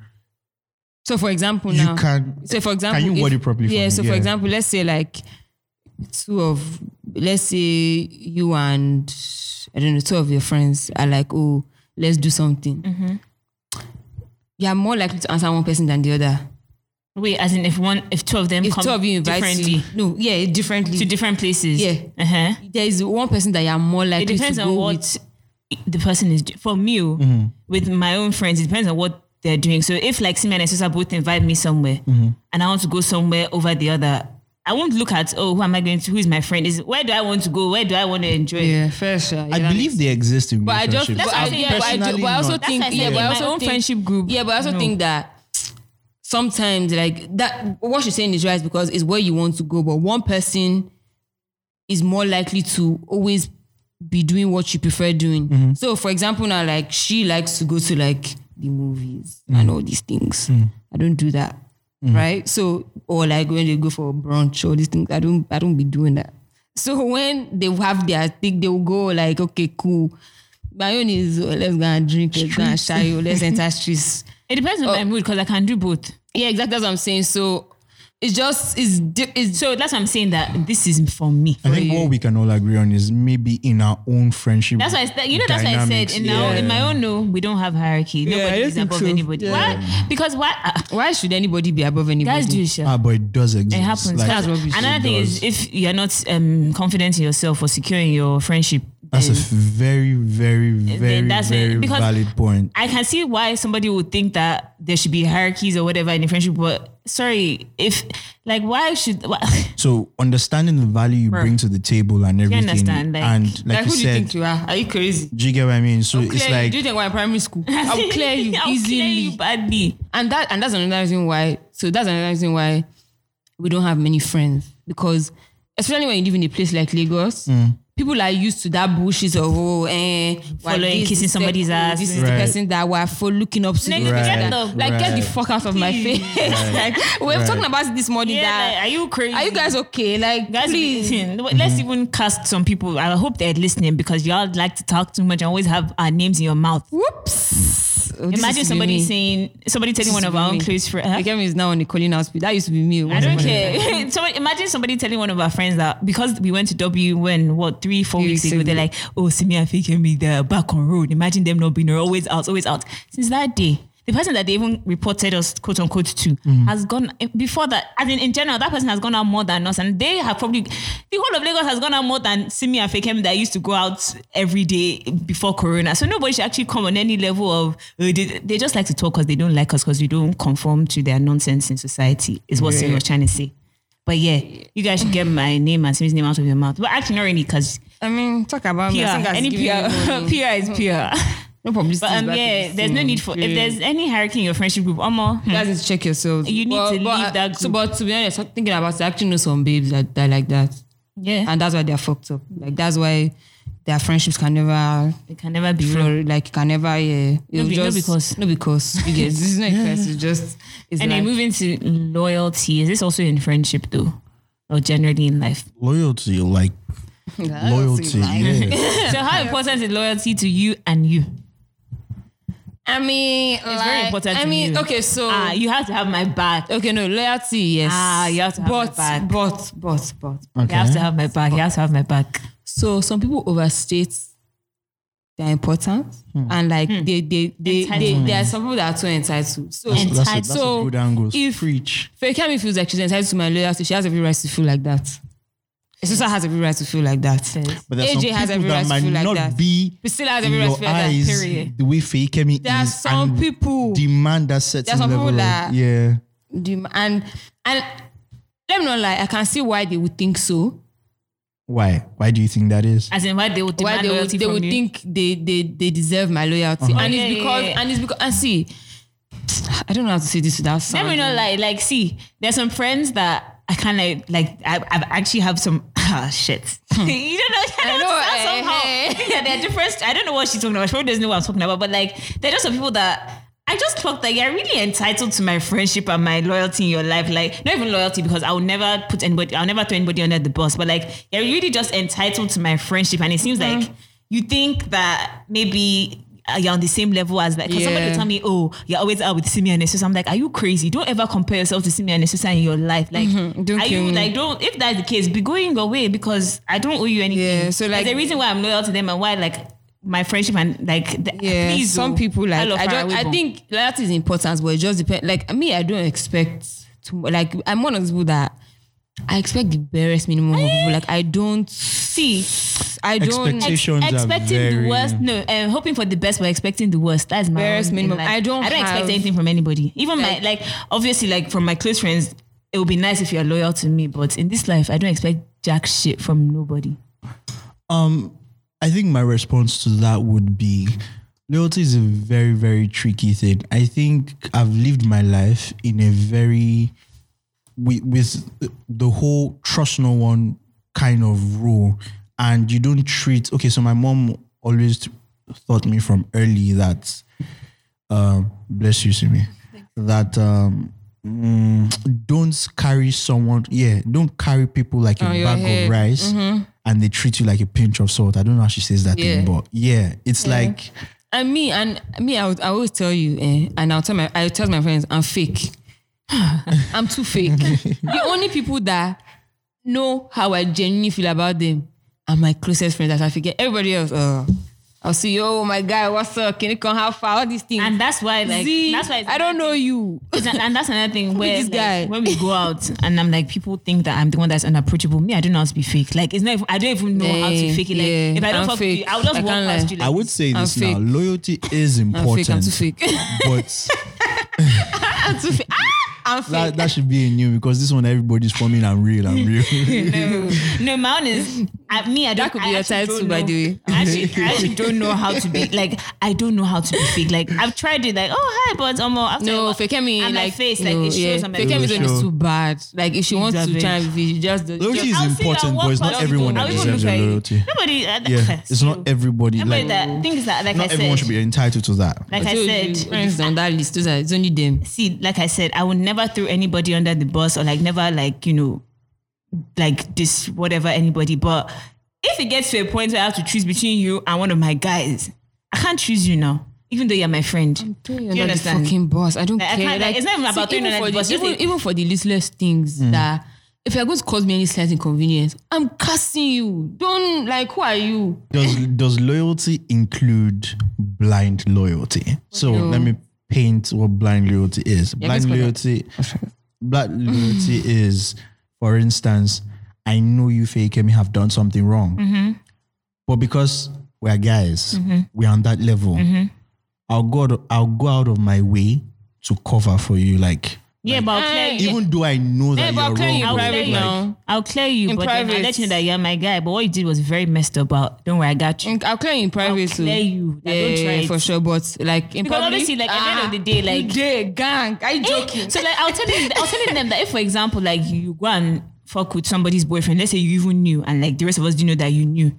so for example
you
now
can
So for example,
you word
if-
it properly for
Yeah.
me?
So
Yeah.
for example, let's say like two of let's say you and I don't know two of your friends are like, oh, let's do something.
Mm-hmm.
You're more likely to answer one person than the other.
Wait, as in if one, if two of them
If
come
two of you invite
differently
you, no, yeah, differently.
to different places,
Yeah.
uh-huh.
there is one person that you're more
it
likely
depends
to
on
go
what
with. Mm-hmm.
the person is. do- For me, oh, with my own friends, it depends on what they're doing. So if like Simi and Esusa both invite me somewhere,
Mm-hmm.
and I want to go somewhere over the other, I won't look at oh who am I going to? Who is my friend? Is where do I want to go? Where do I want to enjoy?
Yeah, fair sure.
I believe they exist in
But I just,
relationships.
but I,
I'm
yeah, but I, do,
personally
but I also
not-
That's
think,
why I said
yeah,
in
but I
my
also
own
think,
friendship group,
Yeah, but I also
no.
think that sometimes like that what she's saying is right because it's where you want to go but one person is more likely to always be doing what you prefer doing so for example now like she likes to go to like the movies and all these things i don't do that right so or like when they go for brunch all these things i don't i don't be doing that so when they have their thing they'll go like okay cool my own is oh, let's go and drink let's go and shy let's enter streets
It depends
Oh.
on my mood because I can do both.
*laughs* yeah, exactly. That's what I'm saying. So it's just it's di- it's
So that's what I'm saying that this is for me.
I think what we can all agree on is maybe in our own friendship.
That's why I said, you know, that's why I said
dynamics.
in, our, in my own, no, we don't have hierarchy.
I
Nobody
don't
is
think
above
so.
anybody.
Yeah.
Why? Because why? Uh,
why should anybody be above anybody?
guys do shit.
Ah, but it does exist.
It happens.
Like,
That's what we should
Another thing is, if you're not um, confident in yourself or secure in your friendship,
that's a very, very, very,
that's it.
very
Because-
valid point.
I can see why somebody would think that there should be hierarchies or whatever in a friendship. But sorry, if like, why should? Why? *laughs*
So understanding the value you bring to the table and everything,
understand, like-
and like,
Like,
you
who do you
said,
think
do you,
you are? Are you crazy?
get what I mean? So
Clear
it's
you.
like
do you think we're in primary *laughs* school? I'll clear you
*laughs* *laughs* I'll
easily.
clear you badly.
And that and that's another reason why. So that's another reason why we don't have many friends because especially when you live in a place like Lagos,
Mm.
people are used to that bullshit of oh, eh, we're
Following,
this,
kissing
this
somebody's
circle,
ass.
This is the
Right.
person that we're for looking up to.
Then you
this,
get
that.
the-
like get the
Right.
fuck out of my face. like we *laughs* were
Right.
talking about this morning
Yeah,
that
like, are you crazy?
are you guys okay? Like,
Guys,
please.
listen, let's
Mm-hmm.
even cast some people. I hope they're listening because y'all like to talk too much and always have our names in your mouth.
Whoops. Oh, this
Imagine
is
somebody
me.
saying, somebody telling
This
one
is
of our own
me.
close friends.
The game is now on the calling out speed. That used to be me.
I don't *laughs* care. so imagine somebody telling one of our friends that because we went to W when what three, four
Three
weeks
weeks
ago, they're
ago.
like, oh, Simi and Fake me they're back on road. Imagine them not being there, always out, always out. Since that day, the person that they even reported us quote unquote to has gone before that. I mean, in general, that person has gone out more than us, and they have probably the whole of Lagos has gone out more than Simi and Fake that used to go out every day before Corona. So nobody should actually come on any level of uh, they, they just like to talk because they don't like us because we don't conform to their nonsense in society. Is what Simi was trying to say. But yeah, you guys should get my name and Simi's name out of your mouth. But actually, not really, because
I mean, talk about me.
PR,
I think I
any
give you
PR, *laughs*
money.
PR
*laughs*
is PR.
No publicity.
But
is
um,
bad
yeah,
publicity.
there's no need for if there's any hierarchy in your friendship group, Omo,
You
hmm,
guys need to check yourselves.
You need
But-
to
but,
leave
uh,
that
So,
group.
but to be honest, I'm thinking about it, I actually know some babes that die like that,
yeah,
and that's why they're fucked up. Like that's why their friendships can never
it can never be real.
flourish. Like can never. Yeah, It'll
be- no
just,
because.
No because. *laughs* You get this is not a curse. It's just. It's
And
like,
then moving to loyalty, is this also in friendship though, or generally in life?
loyalty,
*laughs*
like loyalty. Yeah.
so how important is loyalty to you and you?
I mean, it's
It's very important.
I
to
mean,
you.
okay, so
ah, you have to have my back.
okay, no loyalty. Yes.
Ah, you have to have
but,
my back.
but but but
Okay.
You have to have my back. You have to have my back.
So some people overstate their importance, and like they they they, they
Hmm. Entitlement.
there are some people that are too entitled. So
That's-
that's, a, that's
So,
a good angle.
if-
Preach.
Fekemi feels like she's entitled to my loyalty. She has every right to feel like that. His sister has every right to feel like that.
But there's some
AJ has
people
every
that
right to
might
feel like
not
that.
be
Priscilla has
in
every right
your
to feel like that.
eyes
Period.
the way Fekemi
There are
is
some
and
people-
demand that certain
some people
level.
that-
of, yeah.
The- And and let me not lie, I can see why they would think so.
Why? Why do you think that is?
As in, why they would demand
why they would,
loyalty
they
from
would
you? Uh-huh.
think they, they they deserve my loyalty, and
Yeah,
it's
yeah,
because
yeah.
and it's because and see, I don't know how to say this without
Let me
sounding.
know, like, like, see, there's some friends that I kind of like. I, I actually have some *laughs* ah shit. *laughs* you don't know. I don't
Hmm. know,
know.
eh,
somehow,
eh.
*laughs* yeah, they're different. I don't know what she's talking about. She probably doesn't know what I'm talking about. But like, they're just some people that I just felt like you're really entitled to my friendship and my loyalty in your life. Like, not even loyalty because I will never put anybody. I'll never throw anybody under the bus. But like, you're really just entitled to my friendship, and it seems
Mm-hmm.
like you think that maybe. uh, You're on the same level as like, 'cause somebody
Yeah.
will tell me, oh, you're always out with Simi and Nesusa. I'm like, are you crazy? Don't ever compare yourself to Simi and Nesusa in your life. Like,
Mm-hmm. Don't
are
kill
you
me.
like, don't, if that's the case, be going your way because I don't owe you anything.
Yeah, so, like-
Mm. there's a reason why I'm loyal to them and why, like, my friendship and like, the,
yeah,
please,
some
oh,
people like
all of
I,
her
just, I
away,
think that is important, but it just depends. Like me, I don't expect to like I'm one of those people that I expect the barest minimum of people. Like I don't,
but see,
I don't.
Expectation.
ex-
Expectations are
expecting the
very-
worst, no, um, hoping for the best, but expecting the worst. That's my
Barest
own thing,
minimum.
like,
I don't
I don't
have-
expect anything from anybody. Even my, like, obviously, like from my close friends, it would be nice if you're loyal to me, but in this life, I don't expect jack shit from nobody.
I think my response to that would be Loyalty is a very, very tricky thing. I think I've lived my life in a very with, with the whole trust no one kind of rule, and you don't treat. Okay, so my mom always taught me from early that, um, bless you, Simi, that um, mm, don't carry someone. Yeah, don't carry people like a
On your
bag
head.
of rice. And they treat you like a pinch of salt. I don't know how she says that
Mm-hmm. Yeah.
thing, but yeah, it's like
And me and me, I, would, I always tell you, eh, and I'll tell my I tell my friends, I'm fake. *sighs* I'm too fake.
*laughs*
the only people that know how I genuinely feel about them are my closest friends. That I forget everybody else. Uh, I'll see you. Oh my God, what's up? Can you come? How far? All these things.
And that's why, like,
See,
that's why it's-
I don't know you. *laughs*
It's an- and that's another thing where
this
like,
guy?
when we go out and I'm like people think that I'm the one that's unapproachable. Me, I don't know how to be fake. Like it's not even, I don't even know how to
Yeah,
fake it.
yeah,
Like if I don't
I'm
fuck with
fake.
you, I will just
I
walk
can't
past
lie.
you. Like,
I would say
I'm
this now:
fake. *laughs*
loyalty is
I'm
important,
fake. I'm too fake. *laughs*
but
I'm too fake. Ah, I'm fake.
that, that should be in you because this one everybody's forming. I'm real. *laughs*
*laughs*
I'm real.
*laughs* no, my own is I, me. I don't.
That could be
I
your
actually
title,
don't
by
know.
the way.
I actually, I actually don't know how to be like. I don't know how to be fake. Like I've tried it. Like oh hi, but um, after a
No,
while-
Fakemi,
and
like,
my face, like,
no,
it shows
yeah.
on my
Fakemi
face.
don't
Show.
is too bad. Like, if she wants to
Exactly.
try and be, she just does.
Loyalty
I'll
is
see that
important,
walk
but it's
past
not
people.
everyone
I
that
will look
deserves your
like-
*laughs*
loyalty.
Nobody. uh, *laughs*
Yeah, it's
you.
not everybody.
Nobody
Like
that things that like I
not
said.
everyone should be entitled to that.
like I
So,
said,
friends on that list, those are, it's only them.
see, like I said, I would never throw anybody under the bus or like never like, you know, like this whatever anybody. But if it gets to a point where I have to choose between you and one of my guys, I can't choose you now, even though you're my friend. Do
Throwing
you
under the
understand?
fucking bus. I don't
Like, I
care.
can't- like, it's not even about throwing
even
under
for
the bus, just
Even,
it-
even for the listless things that if you're going to cause me any slight inconvenience, I'm cursing you. Don't like who are you?
Does does loyalty include blind loyalty? So
No.
let me paint what blind loyalty is. Blind
go ahead. *laughs*
loyalty, blind loyalty is, for instance, I know you, Fakemi, have done something wrong,
Mm-hmm.
but because we're guys, we're on that level.
Mm-hmm.
I'll go I'll go out of my way to cover for you, like.
Yeah, but I'll clear
Hey,
you.
Even though I know that
Hey, but I'll
you're
clear
wrong,
you
but,
private
like,
now.
I'll clear you,
In
but then I'll
private.
let you know that you're my guy. But what you did was very messed up. But don't worry, I got you.
I'll clear you in private. so-
clear you. Like,
Yeah,
don't try it.
for sure. But like in
Because
public,
obviously, like, at the end of the day, like- Eh,
day, gang, are you joking?
So like I'll tell you, I'll tell them that if, for example, like you go and fuck with somebody's boyfriend, let's say you even knew, and like the rest of us didn't know that you knew.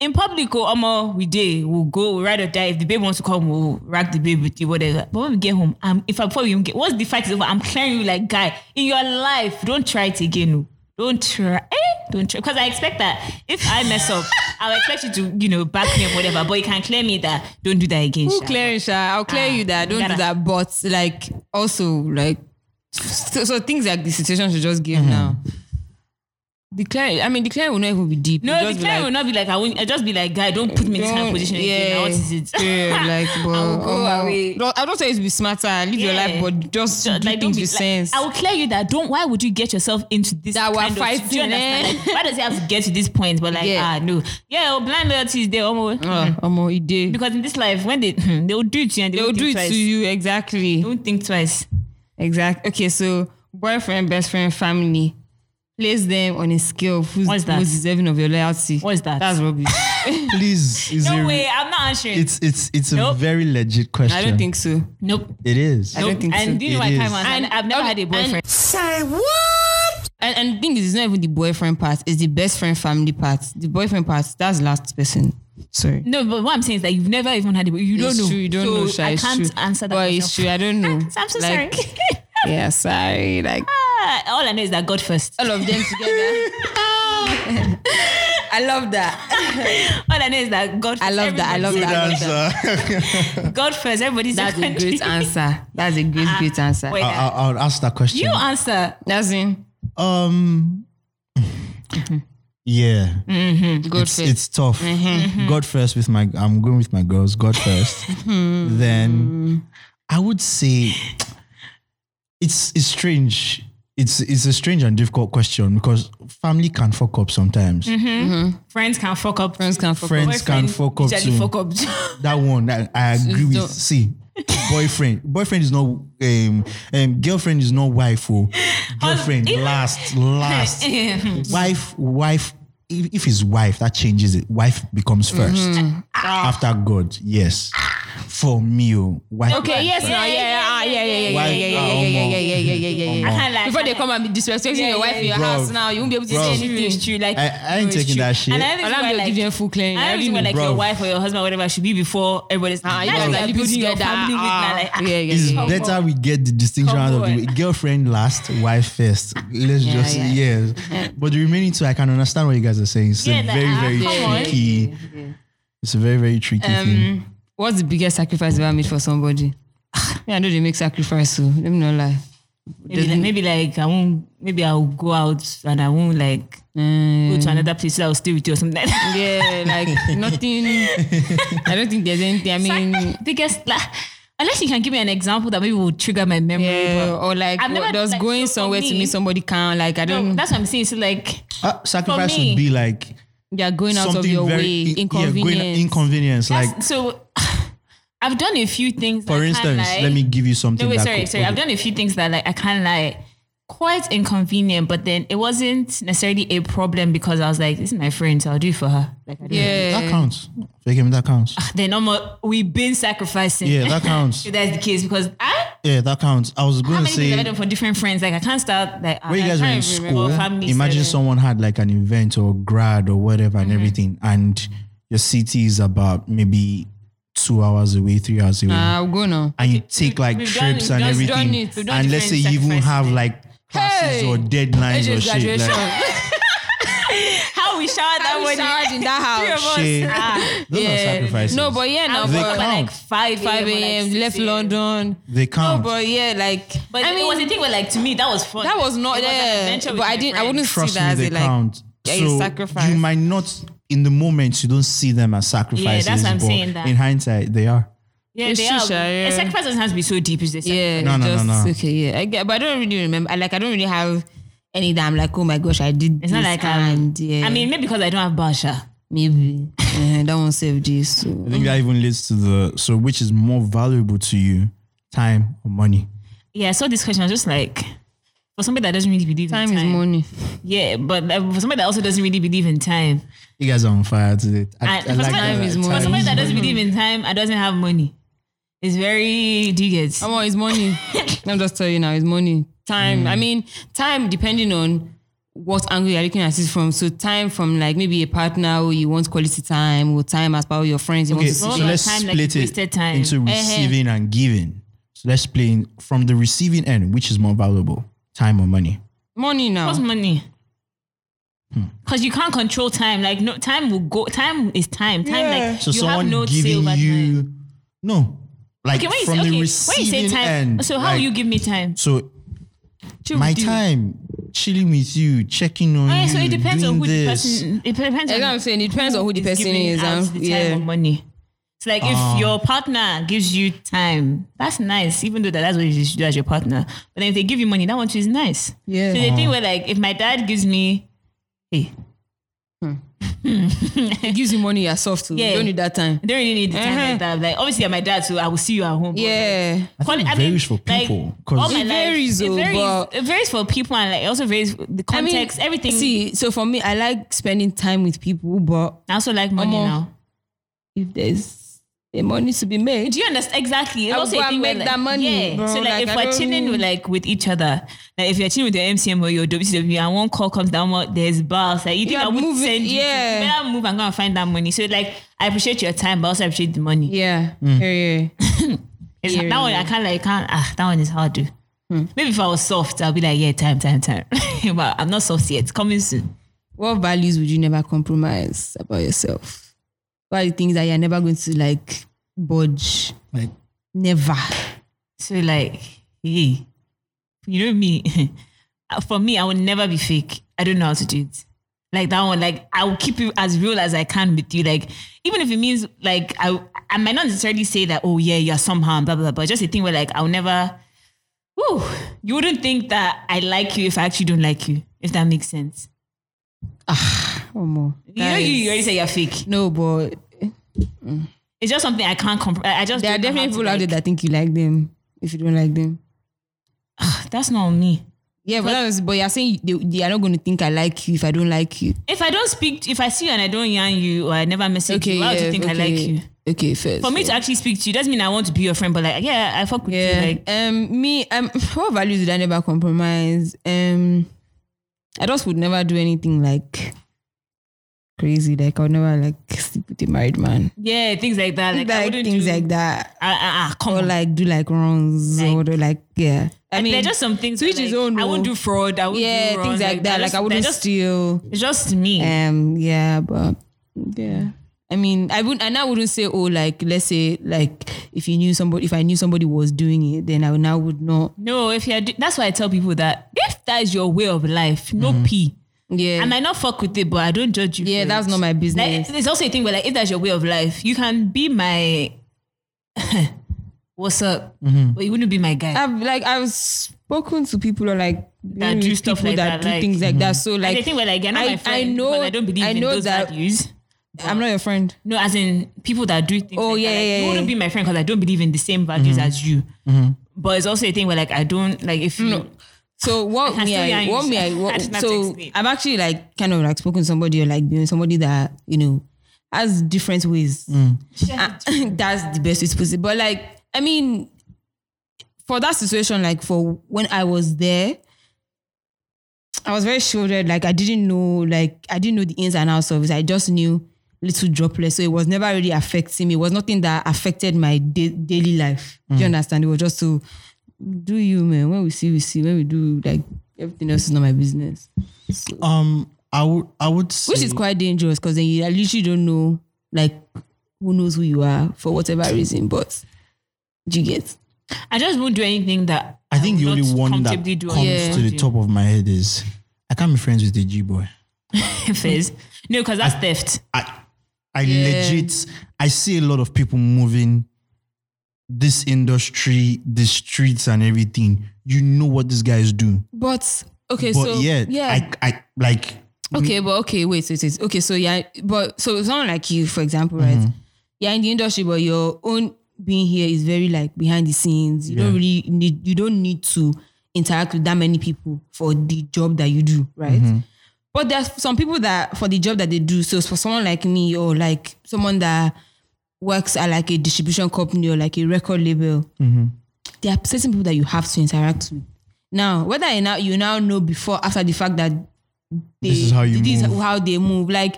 In public, oh, omo, we day, we'll go, we'll ride or die. If the babe wants to come, we'll rack the babe with you, whatever. But when we get home, um, if I before we even get, once the fight is over, I'm clearing you like, guy, in your life, don't try it again. oh. Don't try, eh? don't try. Because I expect that if I mess up, I'll expect you to, you know, back me up, whatever. But you can clear me that, don't do that again.
Who
sha.
clearing, Sha? I'll clear
Ah,
you that. I Don't
gotta-
do that. But like, also like, so, so things like the situation she just
Mm-hmm.
gave now. Declare. I mean, declare will not even be deep.
No,
It'll
the
just be
client
like,
will not be like, I won't, I'll just be like, guy, don't put me in this kind of
Don't-
position again. Now, What is it?
Yeah, like, but
will go
omo,
away.
no, I don't say it's be smarter, live your
Yeah.
life, but just,
Just,
do
*laughs* like, don't
things
be
with
like-
sense.
I will clear you that don't. Why would you get yourself into this?
That we're
kind of- do
fighting,
you
eh?
understand? Like, why does it have to get to this point? But like,
Yeah.
ah, no, yeah, oh, blind loyalty is there, almost.
uh, omo, it dey.
Mm-hmm. Because in this life, when they hmm, they will do it to you, and they,
They will
won't
do
think
it
twice.
to you exactly.
Don't think twice.
Exactly. Okay, so boyfriend, best friend, family. Place them on a scale of who's
What's that?
most deserving of your loyalty.
What's that?
That's rubbish.
please, is
No
it-
way, I'm not answering.
It's it's it's a
Nope.
very legit question.
I don't think so.
nope.
it is.
I don't think so.
and do you know
It
what time
is.
was? And I've never
okay,
had a
and-
boyfriend.
And, and the thing is, it's not even the boyfriend part, it's the best friend family part. The boyfriend part, that's last person. Sorry.
no, but what I'm saying is that you've never even had a boyfriend. You
It's
don't know.
true, you don't
so
know, Sha,
I
it's
can't
true.
answer that
But
question.
it's true, I don't know.
*laughs* I'm so
Like,
sorry.
*laughs* yeah, sorry. Like,
Ah, all I know is that God first.
all of them
*laughs*
together. I love that.
All I know is that God. First.
I love that. I love that. I love that.
Everybody- God first. Everybody's
That's a
second. *laughs*
great answer. That's a great, great answer.
Ah, Wait,
I, I, I'll ask that question.
you answer.
That's in
um,
Mm-hmm.
yeah,
good
it's,
fit.
it's tough.
Mm-hmm.
God first with my. I'm going with my girls.
*laughs*
God first.
Mm-hmm.
then I would say it's it's strange. It's it's a strange and difficult question because family can fuck up sometimes.
Mm-hmm. Friends can fuck up.
Friends can fuck
Friends
up.
can fuck up
usually
too.
fuck up. *laughs*
That one, I, I agree with.
don't-
See, boyfriend, boyfriend is not um, um girlfriend is not wife. Oh, girlfriend
even-
last, last. wife, wife. If, if it's wife, that changes it. Wife becomes 1st after God. Yes, for me. oh, White
Okay,
man.
yes, no, yeah, yeah, yeah, yeah, yeah, yeah, yeah, yeah, yeah, yeah, yeah, yeah, yeah, yeah, yeah, yeah.
I
can't lie, I
Before
can't
they come and be disrespecting
Yeah,
your wife
yeah,
in your
yeah.
house
Bro,
now, you won't be able to
bro.
say
It's true,
anything.
it's true. Like
I- I ain't
no, it's
taking
true.
that Eh, shit.
And I
Olamide
think
will give you a full clearing. I
I
already
don't
know.
like your
Bro.
wife or your husband, whatever, should be before everybody's.
Ah, you
That's
guys
what
are
you're
living
building your
together.
family with now,
Ah,
like, ah,
yeah, yeah,
It's
yeah.
better we get the distinction out of the way. Girl friend last, wife first. Let's
Yeah,
just
yeah.
yes. But the remaining two, I can understand what you guys are saying. It's
Yeah,
a
like,
very,
ah,
very
come on.
tricky. It's a very, very tricky
Um,
thing.
Um, What's the biggest sacrifice you ever made for somebody? *sighs* Yeah, I know they make sacrifice, so let me not lie.
Maybe like, maybe like I won't. Maybe I'll go out and I won't like go
Mm.
to another place. I'll stay with you or something. Like that.
Yeah,
*laughs*
like nothing. I don't think there's anything. I
*laughs*
mean,
Biggest, like, unless you can give me an example that maybe will trigger my memory.
yeah,
but-
or like
I've
what-
never-
just
like,
going
so for
somewhere to
me-
meet somebody can like I don't.
No, that's what I'm saying. So like,
Ah, sacrifice
For me,
would be like
They're going out of
something
your
very
way,
yeah, going-
inconvenience.
inconvenience. Like
that's- so *sighs* I've done a few things.
for
that I can't
instance,
lie.
let me give you something.
No, wait,
that
sorry,
could-
sorry. I've done a few things that like I can't lie, quite inconvenient, but then it wasn't necessarily a problem because I was like, this is my friend, so I'll do it for her. Like, I don't know.
yeah,
that counts. Fake him,
*laughs*
that counts.
Then almost we've been sacrificing. *laughs*
Yeah, that counts.
if that's the case because I.
Yeah, that counts. I was
How
gonna
many things have I
say
done for different friends? Like I can't start like
when you guys were in school,
family
imagine
setting.
someone had like an event or grad or whatever
Mm-hmm.
and everything, and your city is about maybe two hours away, three hours away,
Nah, I'll go now.
and you take like
Ah, we've done-
trips
we've
and
done- we've
everything,
done it. We've done
and let's say
different
you even
sacrifices.
have like classes
Hey!
or deadlines or
Just *laughs*
shit.
graduation.
Like,
how we showered that
How we
one
showered in that
Three of
house.
us.
shit.
Ah.
Those are sacrifices.
Uh, No, but yeah, now
*laughs* I was
They
up at
but
count.
like five
5
or,
a.m.
like,
left
6 a.m.
London.
they
No,
count.
but yeah, like
But
I
it was
mean,
a thing where like to me that was fun.
that was not
It was an
there.
adventure with
but I
my
didn't. I
friends.
wouldn't
Trust
see
me,
that
they
as a, like
count.
yeah,
so
it's sacrifice.
you might not, in the moment, you don't see them as sacrifices.
what I'm
but
saying, that-
In hindsight, they are.
Yeah,
It's
they
true,
are.
sha, yeah.
A sacrifice doesn't have to be so deep. It's just
Yeah,
No, no, no,
just,
no.
Okay, yeah, I get, but I don't really remember. I, like, I don't really have any that I'm like, oh my gosh, I did.
It's not
this
like I'm-
and yeah,
I mean, maybe because I don't have Basha.
maybe uh, that won't save this. So.
I think that even leads to the so which is more valuable to you, time or money?
Yeah, I saw this question. I was just like, for somebody that doesn't really believe
Time
in
is
time.
money.
Yeah, but uh, for somebody that also doesn't really believe in time.
You guys are on fire today. I, I
And for,
like
somebody,
that.
Time is
for
money.
somebody that
money.
doesn't believe in time and doesn't have money, it's very. Do you get?
Oh,
Come on, it's
*laughs*
money. I'm just telling you now, it's money. Time.
Mm.
I mean, time depending on what angle you're looking at it from. So time from like maybe a partner who you want quality time, or time as part of your friends. You
Okay,
want to
so
see
all about
let's
time, like
split
wasted
it
time.
into
Eh, eh.
receiving and giving. So let's play in- from the receiving end, which is more valuable, time or money?
money
What's
now.
money?
Hmm.
Because you can't control time. Like no, time will go. Time is time. Time like
So
you have
someone
no say
giving
over time.
you no, like
Okay, when you
from
say, okay,
the
when you say
receiving
time,
end.
so how
like,
will you give me time?
So
Chill
my
with you.
time chilling with you, checking on
Okay,
you.
so it depends
doing
on who
this.
the person. It depends.
Like
on
I'm saying, it depends on who the person
giving
is.
out
and-
the time
yeah.
or money. It's like
Ah.
if your partner gives you time, that's nice. Even though that, that's what you should do as your partner. But then if they give you money, that one too is nice.
Yeah.
So the
Ah.
thing where like if my dad gives me, hey,
It gives you money, you're soft. too.
Yeah.
You don't need that time.
I don't really need the time
Uh-huh.
like that. Like obviously I'm my dad, so I will see you at home. but,
Yeah.
I think
Quali-
it
I mean,
varies for
like,
people
like, all
because
my
It
life,
varies,
It
though,
varies,
but-
it varies for people, and like it also varies the context, everything.
See, so for me, I like spending time with people, but
I also like money
Omo.
now.
if there's the money to be made,
Do you understand exactly? It's
I'll
also
go
a
and
thing where,
make
like,
that money,
Yeah.
bro.
So like,
Like,
if
I
we're
don't-
chilling with, like with each other, like if you're chilling with your MCM or your WCW and one call comes down, well, there's bars. Like you think
You're
I would
moving-
send you?
yeah.
You better move and go and find that money. So like I appreciate your time, but also appreciate the money.
yeah, yeah, yeah.
It's,
Yeah,
that
yeah, Hmm.
one I can't like can't ah that one is hard to. Maybe if I was soft, I'll be like, yeah, time, time, time. *laughs* but I'm not soft yet. It's coming soon.
What values would you never compromise about yourself? What are the things that you're never going to like budge?
like
Never.
So like, hey, you know me. *laughs* For me, I will never be fake. I don't know how to do it. Like that one, like I will keep you as real as I can with you. Like even if it means like I, I might not necessarily say that. Oh yeah, you're somehow blah blah blah. But just a thing where like I'll never. Whew, you wouldn't think that I like you if I actually don't like you. If that makes sense.
One more.
You know, you, you already say you're fake.
No, but
It's just something I can't comp. I I just
there are
don't know how
definitely
to,
people out
like-
there that think you like them if you don't like them.
That's not on me.
Yeah, but, that was, but you're saying they, they are not going to think I like you if I don't like you.
If I don't speak, if I see you and I don't yarn you or I never message
Okay,
you, why would
yeah,
you think I
okay.
like you?
Okay, first.
For me to actually speak to you doesn't mean I want to be your friend, but like, yeah, I fuck with
Yeah.
you. Like,
um, me, um, *laughs* what values did I never compromise? Um, I just would never do anything like crazy. Like I would never like sleep with a married man.
yeah, things like that. Like,
Like,
I wouldn't
things
do,
like that,
Ah, ah, ah, come
or
on.
like do like runs,
Like-
or do, like yeah. I
Like,
mean,
there are just some things.
to each
where,
his
like,
own,
I
oh.
won't do fraud. I won't
yeah,
do wrong,
things like
they're
that. Like
just-
I
they're
wouldn't
Just,
steal.
it's just me.
Um, yeah, but yeah. I mean, I wouldn't, and I wouldn't say, oh, like let's say, like if you knew somebody, if I knew somebody was doing it, then I would now would not.
No, if you're, do- that's why I tell people that if that is your way of life, no pee.
Mm-hmm. Yeah,
I might not fuck with it, but I don't judge you.
yeah,
for
that's
it.
not my
Like,
business.
there's also a thing where, like, if that's your way of life, you can be my *laughs* what's up, but you wouldn't be my guy.
I've like I've spoken to people or like
That
been
do
with
stuff
people
like
that,
that,
do
like- mm-hmm.
things like that. So
and the
like
thing where, like, you're not
I-
my friend.
I know-
because I don't believe
I
in
know
those
that-
values.
I'm not your friend.
No, as in people that do things.
Oh,
like
yeah,
that, like,
yeah,
You
yeah,
wouldn't
yeah.
be my friend because I don't believe in the same values as you. But it's also a thing where, like, I don't like if you. *laughs*
So what
I
me
still
I
hear
what
you.
me I
*laughs* I
what,
did not
so
explain.
I've actually like kind of like spoken to somebody or like being somebody that you know has different ways. Ah, *laughs* that's the best way to put it. But like I mean, for that situation, like for when I was there, I was very shouldered. Like I didn't know, like I didn't know the ins and outs of it. I just knew little droplets, so it was never really affecting me. It was nothing that affected my da- daily life. Do you understand? It was just to do you, man. When we see, we see. When we do, like everything else is not my business.
Um, I would I would say,
Which is quite dangerous because then you literally don't know, like who knows who you are for whatever reason. But do you get?
I just won't do anything that.
I think the
would
only
not
one that
comfortably do on
comes
my
to
own.
the top of my head is I can't be friends with the G boy.
*laughs* Fizz. No, because that's theft.
I I legit I see a lot of people moving this industry, the streets and everything. You know what these guys do.
But okay,
but
so
yeah, I I like
Okay, but okay, wait, wait, wait. Okay, so yeah, but so someone like you, for example, right?
Mm-hmm.
Yeah, in the industry, but your own being here is very like behind the scenes. You don't really need you don't need to interact with that many people for the job that you do, right?
Mm-hmm.
But there's some people that for the job that they do. So for someone like me or like someone that works at like a distribution company or like a record label,
Mm-hmm.
there are certain people that you have to interact with. Now, whether you now you now know before after the fact that they,
This is how you
this is
move.
how they move. Like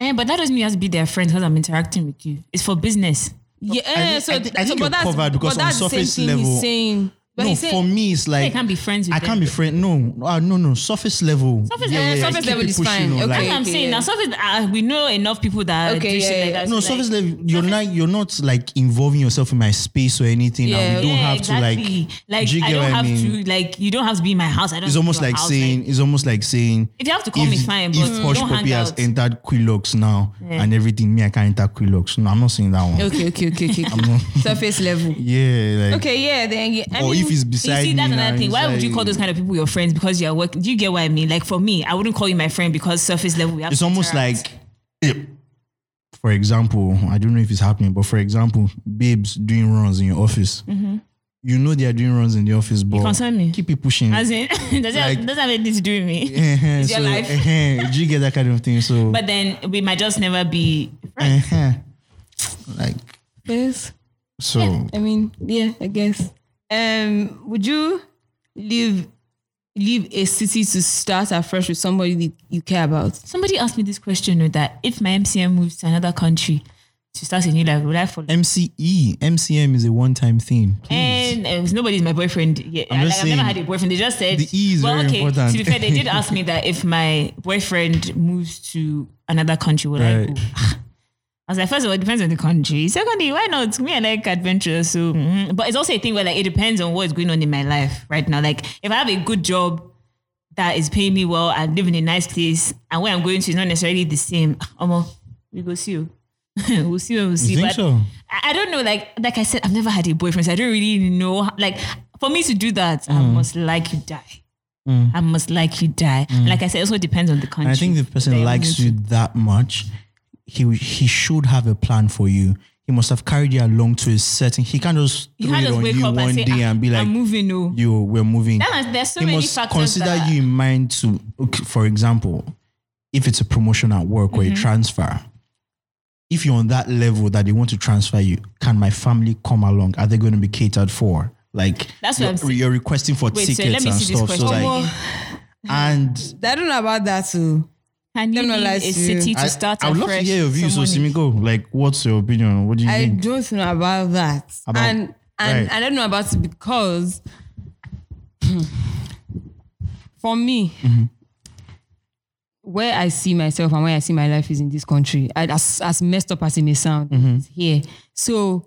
Eh, but that doesn't mean you have to be their friend because I'm interacting with you. It's for business.
yeah, eh, so
I think- I
so-
think
but
you're
that's-
covered because
but
on
that's the same
surface
thing he's
level-
saying. But
no,
he's saying,
for me it's like
I can't be friends with
I
them.
can't be friend. No, uh, no, no. Surface level.
Surface level- surface
keep
level
it
is fine.
on,
Okay.
like-
That's what I'm
Okay,
saying.
yeah.
Now, surface, uh, we know enough people that
Okay,
do shit
yeah,
like
yeah.
that.
no,
like,
surface level. You're not. You're not like involving yourself in my space or anything. and
Yeah,
we don't
yeah,
have to
exactly.
like.
Like,
do you
I
get
don't
what I
have
mean?
to. Like, you don't have to be in my house. I don't.
It's
have to
almost
be your
like
house.
saying. It's almost like saying.
If you have to call me, fine,
If
but
Hush
don't hang
Puppy has
out.
entered Quilox now and everything, me I can't enter Quilox. No, I'm not saying that one.
okay, okay, okay,
*laughs*
okay, okay. surface level.
Yeah, like
Okay, yeah, then yeah. I
Or
mean,
if it's
You
beside
see,
me
that's
now,
another thing.
it's
Why would you
like-
call those kind of people your friends because you're working? Do you get what I mean? Like for me, I wouldn't call you my friend because surface level. We have
it's
to
almost
interact.
like eh, for example i don't know if it's happening but for example babes doing runs in your office you know they are doing runs in the office but
Mm-hmm. concern me.
keep it pushing
As in, *laughs* doesn't *laughs*
Like-
have, doesn't have anything to do with me.
Eh-heh,
your
so,
life.
eh-heh, do you get that kind of thing so
But then we might just never be.
eh-heh, like
yes,
so
I mean, yeah, I guess. Um, would you leave leave a city to start afresh with somebody that you care about?
Somebody asked me this question or that if my MCM moves to another country to start a new life, would I follow?
mce mcm is a one-time thing Please.
And uh, nobody's my boyfriend yet.
I'm
i
just
like, I've never
saying,
had a boyfriend. They just said
the E is
well,
very
okay.
important.
To be fair, they
*laughs*
did ask me that if my boyfriend moves to another country, would I
Right.
go? *sighs* I was like, first of all, it depends on the country. Secondly, why not? Me, I like adventure. So, mm. but it's also a thing where like it depends on what's going on in my life right now. Like, if I have a good job that is paying me well, I live in a nice place, and where I'm going to is not necessarily the same. Ah, Omo, we go see you. *laughs* we'll see when we'll see.
you think
but
so
I I don't know. Like like I said, I've never had a boyfriend, so I don't really know. Like for me to do that, I
Mm.
must like you die. I must like you die. Like I said, it also depends on the country.
Mm. And I think if the person
Then
likes
we'll-
you that much, he he should have a plan for you. He must have carried you along to a certain. He can't just
You
throw
can't
it
just
on
wake
you
up
one
and say,
day
"Ah,
and be like,
I'm moving. No,
"Yo, we're moving."
That was- there's so
he
many
must
factors
consider
that-
you in mind to,
Mm-hmm.
okay, for example, if it's a promotion at work or a transfer. if you're on that level that they want to transfer you, can my family come along? Are they going to be catered for? Like
That's what
you're,
I'm saying.
you're requesting for
Wait,
tickets
so let me
and
see this
stuff. So
question.
like,
Omo. *laughs*
and
I don't know about that too.
Can you
Let me not
leave
lie
a
to you.
city to
I,
start
I would love to
afresh?
hear your views. So
Someone-
Simiko, like, what's your opinion? What do you
I
think?
don't know about that.
About-
and and
right.
I don't know about it because *clears throat* for me,
Mm-hmm.
where I see myself and where I see my life is in this country. I, as as messed up as it may sound,
Mm-hmm.
it's here. So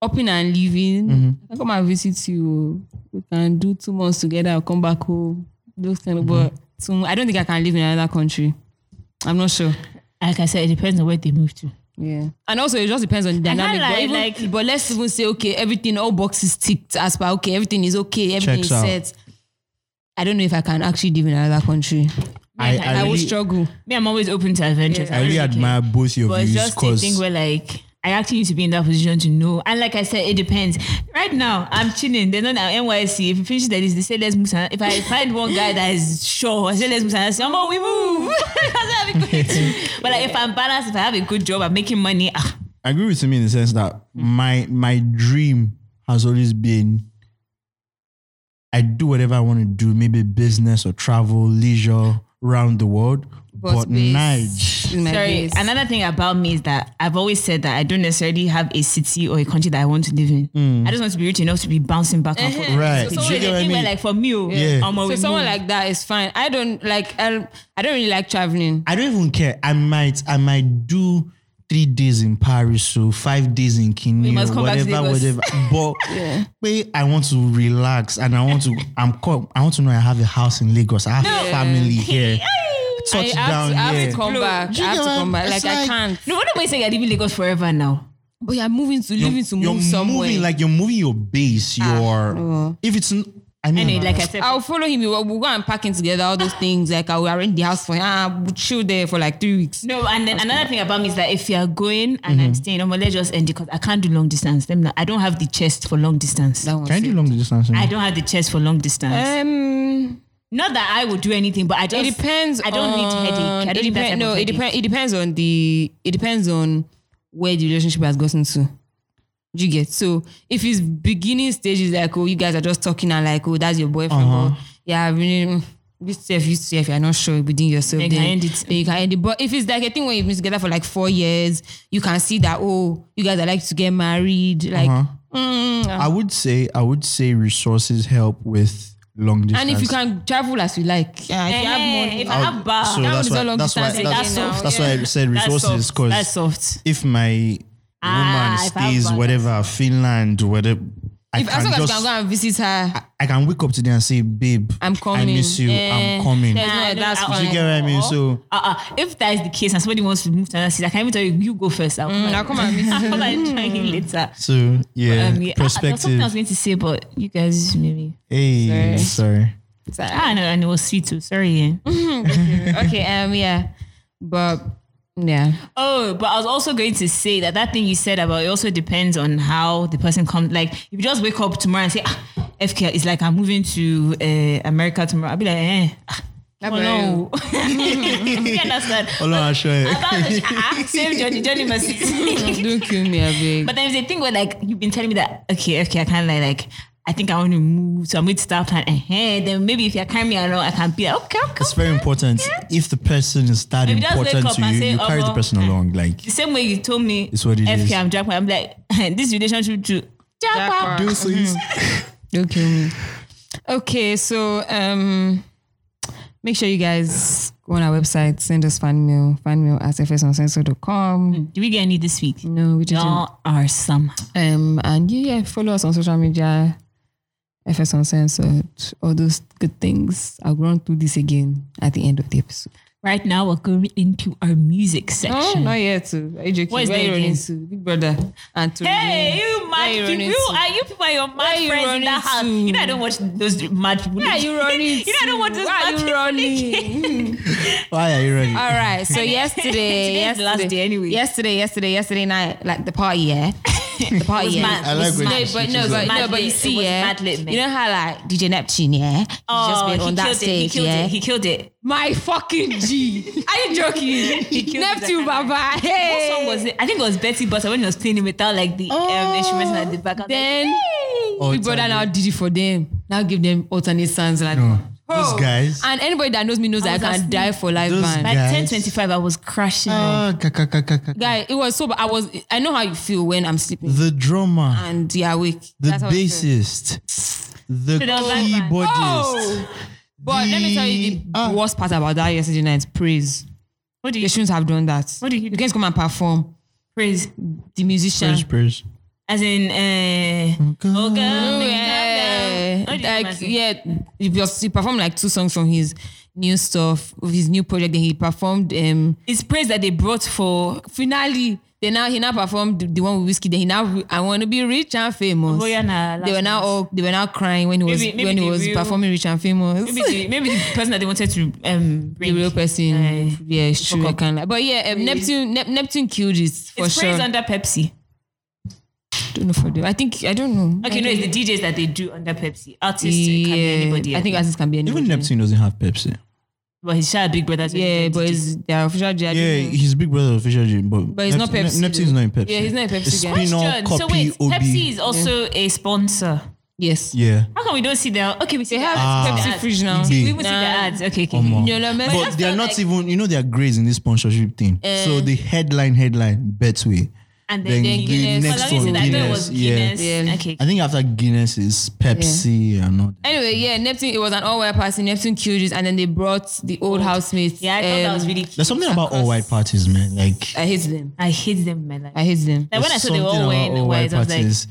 upping and leaving,
Mm-hmm.
I come and visit you. oh. We can do two months together. I'll come back home. Those kind of but
Mm-hmm.
two, I don't think I can live in another country. I'm not sure.
Like I said, it depends on where they move to.
Yeah. And also it just depends on the
And
dynamic.
highlight,
but, even-
like-
but let's even say, okay, everything, all boxes ticked as per okay, everything is okay, everything
Checks
is
out.
set. I don't know if I can actually live in another country.
I,
I
I,
I will
really,
struggle.
Me, I'm always open to adventures.
I really
don't care.
admire both your
But it's
views
just a thing
because
where like I actually need to be in that position to know. And like I said, it depends. Right now, I'm chilling. They're not at NYC. If you finish that list, they say let's move. to- If I find one guy that is sure, I say let's move. to- I say, "Omo, we move. *laughs* That's what I'm going to. But like if I'm balanced, if I have a good job, I'm making money. Ah,
I agree with him in the sense that my my dream has always been I do whatever I want to do, maybe business or travel, leisure, around the world.
But
But
space
Nige,
is my
Sorry.
base.
Another thing about me is that I've always said that I don't necessarily have a city or a country that I want to live in. I just want to be rich enough to be bouncing back and forth.
Hmm. Right.
So,
Do
so
you
it's
get
a
what I
thing where,
mean?
like for me, oh,
Yeah.
Omo,
so
we
someone
move.
like that is fine. I don't like I, I don't really like traveling.
I don't even care. I might I might do three days in Paris, so five days in Kenya,
must come back to
whatever, whatever.
*laughs*
Lagos.
But wait, I want to relax and I want to I'm co- I want to know I have a house in Lagos. I have family
*laughs*
here.
I have,
Touchdown
to, I have
here.
to come
Look,
back. I
you
have
get
to
what
come
I'm-
back. Like,
it's
I
like-
can't.
No wonder we saying I leaving Lagos forever now.
But you're moving to living to move somewhere. Ah,
moving like you're moving your base. Your if it's n- I mean
Mm.
Anyway, like I said,
I'll follow him. We'll, we'll go and packing together all those things. Like I will arrange the house for him. Ah, we'll chill there for like three weeks.
no, and then another thing about me is that if you are going and
Mm-hmm.
I'm staying, I'm let's just end because I can't do long distance. Let me not- I don't have the chest for long distance.
That one's
can I do
it.
long distance?
I don't have the chest for long distance.
Um,
not that I would do anything, but I just
it depends.
I don't need
on-
headache. I don't
it
need that
depen-
type
No,
of
it
headache.
depends. It depends on the. It depends on where the relationship has gotten to. You get so if it's beginning stages like oh you guys are just talking and like oh that's your boyfriend
Uh-huh.
or yeah really mm, this self you self you're not sure within yourself
Then
then,
you can end it.
then you can end it but if it's like a thing where you've been together for like four years you can see that oh you guys are like to get married like
Uh-huh.
mm,
I would say I would say resources help with long distance.
and if you can travel as you like yeah, if you have
Eh,
money
if I have bar,
Oh, so
that
that's
one is
why,
all long
that's why
distance
that's,
again oh, now,
that's why I said resources
soft. That's
because
soft.
if my
Ah,
woman
if I have
stays
balance.
whatever Finland whatever I
if as long as
can
you
just
can go and visit her
I can wake up today and say babe
I'm coming.
I miss you I'm coming
There's
Nah,
no, that's
I-
Do you
fine.
get what I mean
Or-
so
Uh, uh, if that is the case and somebody wants to move to another city, I can even tell you, you go first. I'll come,
Mm,
and-
I'll come and meet you.
*laughs* I'll come and join you later.
so yeah
Um, yeah, I- I- there's something I was
perspective
going to say, but you guys maybe.
hey sorry
Ah, and, and it was sweet too. Sorry. eh.
okay, um, yeah, but yeah,
Oh, but I was also going to say that that thing you said about it also depends on how the person comes. Like, if you just wake up tomorrow and say, ah, FK, it's like I'm moving to uh, America tomorrow, I'll be like, eh. ah,
That
Oh, no. *laughs* you understand?
Hold on, I'll show you.
About the- ah, same journey, journey must
*laughs*
don't kill me, I beg.
But there's a thing where like you've been telling me that okay, okay, I can't like like I think I want to move, so I'm going to start plan ahead. Then maybe if you're carrying me along, I can be like, okay, okay.
It's very important. If the person is that
If you just wake
important
up
to
and
you,
say,
you carry
"Omo,
the person
eh."
along. Like
The same way you told me
It's what it
FK,
is.
I'm jackpot. I'm like *laughs* this relationship to jackpot.
Jackpot.
Mm-hmm.
Don't kill me. Okay, so um, make sure you guys go on our website, send us fan mail, fan mail at fsoncenso.com.
Do we get any this week?
No, we just
Y'all are some.
um, and yeah, yeah, follow us on social media, FS Uncensored, uh, all those good things. I'll run through this again at the end of the episode.
Right now, we're going into our music
No,
section.
not yet. Too. Mm, Are you joking?
What is
Where
that
you running
again?
to? Big Brother and to
Hey, you
Where you
mad people.
running
You
to?
are you people are your
Where
mad
you
friends in
running
that house.
to?
You know I don't watch those mad people.
Where are you running?
*laughs* you know I don't want
to?
those
Where are
mad
you
people *laughs*
running?
Why are you ready?
All right. So yesterday,
Today's the
yesterday,
last day anyway.
yesterday, yesterday, yesterday night, like the party, yeah.
*laughs*
The party, yeah.
mad.
I like when
No,
she
but
switches
no,
up.
but
no, but you see, yeah, you know how like DJ Neptune, yeah, he's just been on that
It, Oh, he
stage,
killed
yeah.
it. He killed it.
*laughs* My fucking G,
Are you joking? *laughs* He killed it.
Neptune, Baba, hey.
What song was it? I think it was Betty Butter when he was playing it without like the um, instruments at the back. I was
Then
All
Big Brother
time.
now did it for them. Now give them alternate songs like
No, those
Oh.
guys.
And anybody that knows me knows
I
that I
was
can
asleep.
die for live
Those
band.
like,
guys.
by ten twenty five, I was crashing. oh,
Uh.
Ah, ka- ka- ka- ka- ka-
Guy, it was so. bad. I was. I know how you feel when I'm sleeping
the drummer,
and you're awake.
the
That's how I feel.
bassist, the
Should I like that?
keyboardist.
Oh! But let me tell you the
The- ah.
worst part about that yesterday night. Praise.
What do
They
you
shouldn't have done that.
What did you
You
do?
guys come and perform.
praise?
The musician.
Prayers, prayers.
As in, uh, oh girl,
Mm-hmm. yeah.
yeah.
Like, yeah, he, was, he performed like two songs from his new stuff, of his new project. Then he performed um
It's praise that they brought for.
finally. Then now he now performed the, the one with whiskey. Then he now re- I want to be rich and famous.
Rihanna
they were
Oh, last
now
night.
all they were now crying when he was
Maybe- maybe
when he
the
was
real-
performing rich and famous.
Maybe the, maybe the person that they wanted to um,
the
bring. Uh,
real person,
Aye.
yeah, it's true.
Fuck
I
up.
can't lie. But yeah, um, Neptune Nep- Neptune killed it for
it's
sure.
praise under Pepsi.
don't know for them. I think I don't know.
Okay,
I
no,
think-
it's the DJs that they do under Pepsi. Artists it can be anybody.
yeah, I think
else.
artists can be anybody.
Even Neptune doesn't have Pepsi.
but he's shy Big Brother.
Yeah, but it's their official yeah,
Yeah,
Mm-hmm.
he's big brother of Fisher Jim, but
But it's not Pepsi,
Nep- Neptune's
though.
not in Pepsi.
Yeah, he's not in Pepsi,
It's
guys.
spin off copy
so wait,
OB.
Pepsi is also a sponsor.
yes.
yeah.
How come we don't see their? Okay, we see
They
their
have
Ah.
ads.
Pepsi fridge now.
Nah.
We even see
Nah.
their ads. Okay, okay.
Omo.
You know,
But
but
they are
felt
not
like- Eh.
even, you know, they are grades in this sponsorship thing. so the headline, headline, Betway.
And
Then
then,
the
Guinness. Oh, let
next
me see
one,
that. I thought it was Guinness.
Guinness,
yeah. Yeah.
Okay.
I think after Guinness is Pepsi and all. that.
anyway, yeah, Neptune. It was an all-white party. Neptune killed it, and then they brought the old housemates.
Yeah, I thought that
um,
was really. Cute.
There's something about all white parties, man. Like,
I hate them.
I hate them in my life.
I hate them.
like when I
there's
saw they were all
something about
wearing
all
white,
white
I was like.
parties.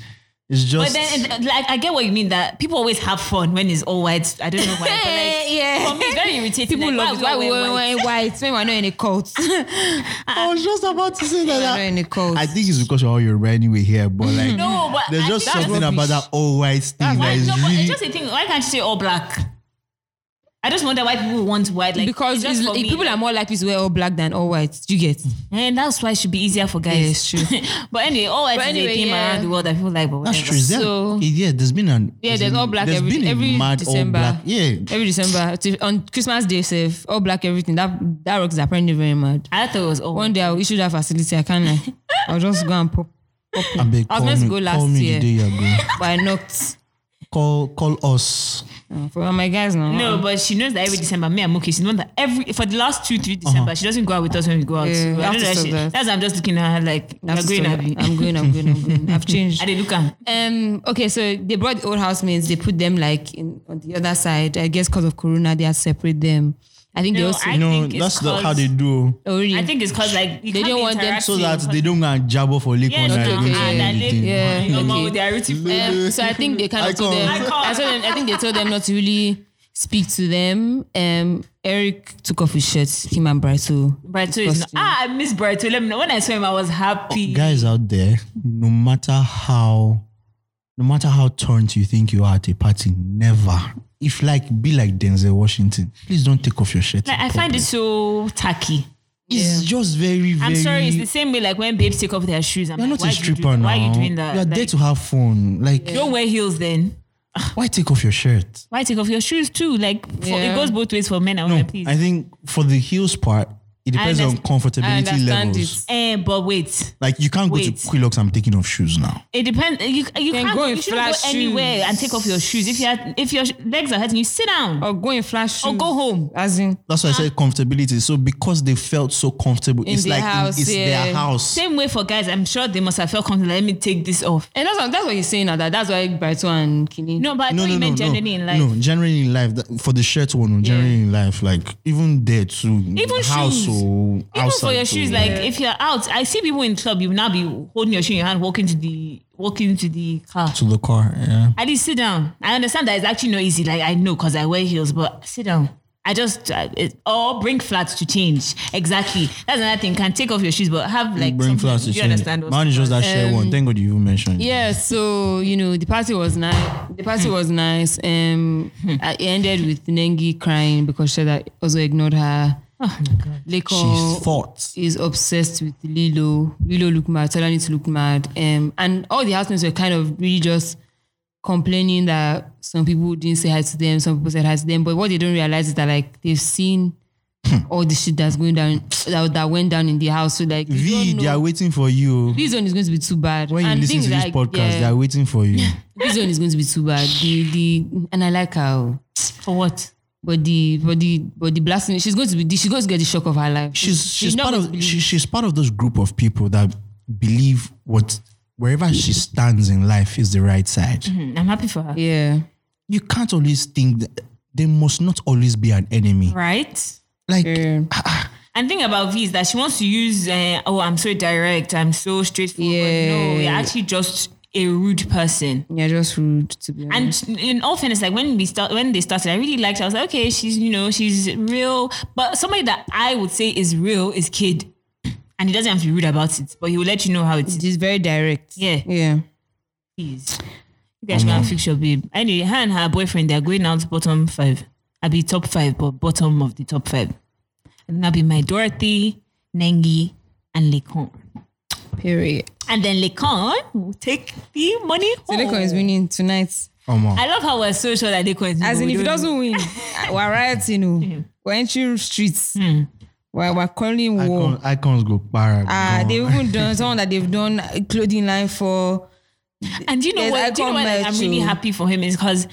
It's
But
just
then, it- like, I get what you mean that people always have fun when it's all white. I don't know why.
*laughs*
But like,
Eh, yeah.
For me, it's very irritating.
People
like,
love it. Why we
all
wearing wearing white? When we're not in a cult. We're
I was just about
*laughs*
to say
not in a cult.
*laughs* I think it's because you're all Yoruba anyway here, but
*laughs*
like,
No, but
there's
I
just
think that's
something about that all white thing
Why,
that is
no, but
really.
it's just a thing. Why can't you say all black? I just wonder why people want white. Like
because
just
it's,
for me,
people are more likely to wear all black than all white. Do you get?
and that's why it should be easier for guys.
Yeah, it's true.
but anyway, all white
But
is
anyway,
a theme
yeah.
around the world. I feel like, but
That's
whatever.
true. Is there,
So-
yeah, there's been an
Yeah, there's all black every- every December.
yeah,
*laughs* Every December to, on Christmas Day, safe all black everything. That that rocks are apparently very mad.
I thought it was all.
One day I'll issue that facility. I can't.
*laughs*
lie. I'll just go and pop. pop in.
I, beg,
I was
call
meant to
me-
go
Call
last
me
year,
the day you are going.
but I knocked.
Call call us.
Uh, For my guys now.
No,
uh-uh.
but she knows that every December, me and Muki, she's the one that every for the last two, three December, she doesn't go out with us when we go out.
Yeah,
So
we have
I don't
to
know.
stop
She,
that.
that's why I'm just looking at her like
I'm
you're going
still-
Abby.
I'm going. I'm going. I'm going.
*laughs*
I've changed.
I did look at.
Um. Okay. So they brought the old housemates. They put them like in, on the other side. I guess because of Corona, they had separate them. I think they
No,
also.
I
You know,
think it's
that's the, how
cause-
they do.
oh, really?
I think it's cause like you
They
can't
don't
be
want them
interacting
So that
because-
they don't go and jabber for lick
Yes,
on that.
no,
don't say
and that they-
anything.
Yeah.
You know,
Okay.
they are rooting for-
Um, so I think they kind of told them.
Icons.
I, told them. I think they told them not to really speak to them. Um. Eric took off his shirt. Him and Brighto.
Brighto is not,
Disgusting.
ah, I miss Brighto. Let me know. When I saw him, I was happy.
Guys out there, no matter how, no matter how turned you think you are at a party, never. If like be like Denzel Washington, please don't take off your shirt.
Like,
in
I find
public.
it so tacky.
It's just very, very.
I'm sorry, it's the same way like when babes take off their shoes. I'm
You're
like,
not
why
a
do you do
stripper
that?
now.
Why are you doing that?
You are
Like,
there to have fun. Like,
don't wear heels then.
why take off your shirt?
Why take off your shoes too? Like for,
Yeah.
it goes both ways for men and women, please.
I think for the heels part, it depends on
understand-
I
comfortability
understand
levels.
it.
Eh, but wait,
Like, you can't go
Wait.
to Quillox. I'm taking off shoes now.
it depends. eh, You, you
Then
can't
go
go,
in
you shouldn't
flat
go anywhere and take off your shoes. If you are, if your sh- legs are hurting, you sit down.
Or Oh, go in flash.
Or
shoes.
go home.
As in.
That's why I said comfortability. So because they felt so comfortable, it's
their
like
house,
it's
yeah.
their house.
Same way for guys, I'm sure they must have felt comfortable. Let me take this off.
And that's what, that's what he's saying now. That that's why Brighto and Kini.
No, but I thought you meant generally in life.
No, generally in life. that- for the shirt one, no, generally in life, like even there too,
Even
house
shoes.
or
Even
outside
for your
too,
shoes, like if you're out, I see people in club, you will now be holding your shoe in your hand, walking to the walking to the car.
to the car. Yeah.
At least sit down. I understand that it's actually not easy. Like I know because I wear heels, but sit down. I just uh, it, or bring flats to change. Exactly. That's another thing. Can take off your shoes, but have like
Bring
something-
flowers
Do
to
you
change.
understand? Um, what's
Mine is
going
just
on?
that shirt one. Thank God you even mentioned. it.
Yeah, so you know the party was nice. The party was Hmm. nice. Um, I ended with Nengi crying because she had also ignored her.
She's
Leko
fought.
is obsessed with Lilo. Lilo looked mad. Tolani to look mad. Um, and all the housemates were kind of really just complaining that some people didn't say hi to them, some people said hi to them. But what they don't realize is that like they've seen
Hmm.
all the shit that's going down that, that went down in the house. So like you
V,
don't know-
they are waiting for you.
this one is going to be too bad.
When you
And
listen
things
to this
like-
podcast,
yeah,
they are waiting for
*laughs*
you.
this one is going to be too bad. The the and I like her. oh.
For what?
But the but the but the blasting she's going to be she's going to get the shock of her life.
She's she's
not
part
going
of
to be-
she, she's part of those group of people that believe what wherever she stands in life is the right side.
Mm, I'm happy for her.
yeah.
You can't always think that there must not always be an enemy.
Right?
Like
Yeah.
And thing about V is that she wants to use, uh, oh, I'm so direct, I'm so straightforward. No,
Yeah.
you're actually just a rude person.
Yeah, just rude to be honest.
And in all fairness, like when we start, when they started, I really liked. Her. I was like, okay, she's you know she's real, but somebody that I would say is real is Kid, *clears throat* and he doesn't have to be rude about it, but he will let you know how it
she's very direct.
Yeah.
Yeah.
is. You guys can fix your babe. Anyway, her and her boyfriend they're going out bottom five. I'll be top five, but bottom of the top five. And that'll be my Dorothy, Nengi, and Lekon.
Period.
And then Lekon will take the money
So
home.
Lekon is winning tonight.
Omo.
I love how we're so sure that Lekon is
As in, if
winning. We
he
don't know.
doesn't win, *laughs* we're rioting. oh. We're entering streets. We're, we're calling war.
Icon, icons go para.
Ah,
go-
they've even done someone that they've done a clothing line for.
And do you know
Yes,
what?
I
Do you know
come
what like,
back
I'm really
to-
happy for him is because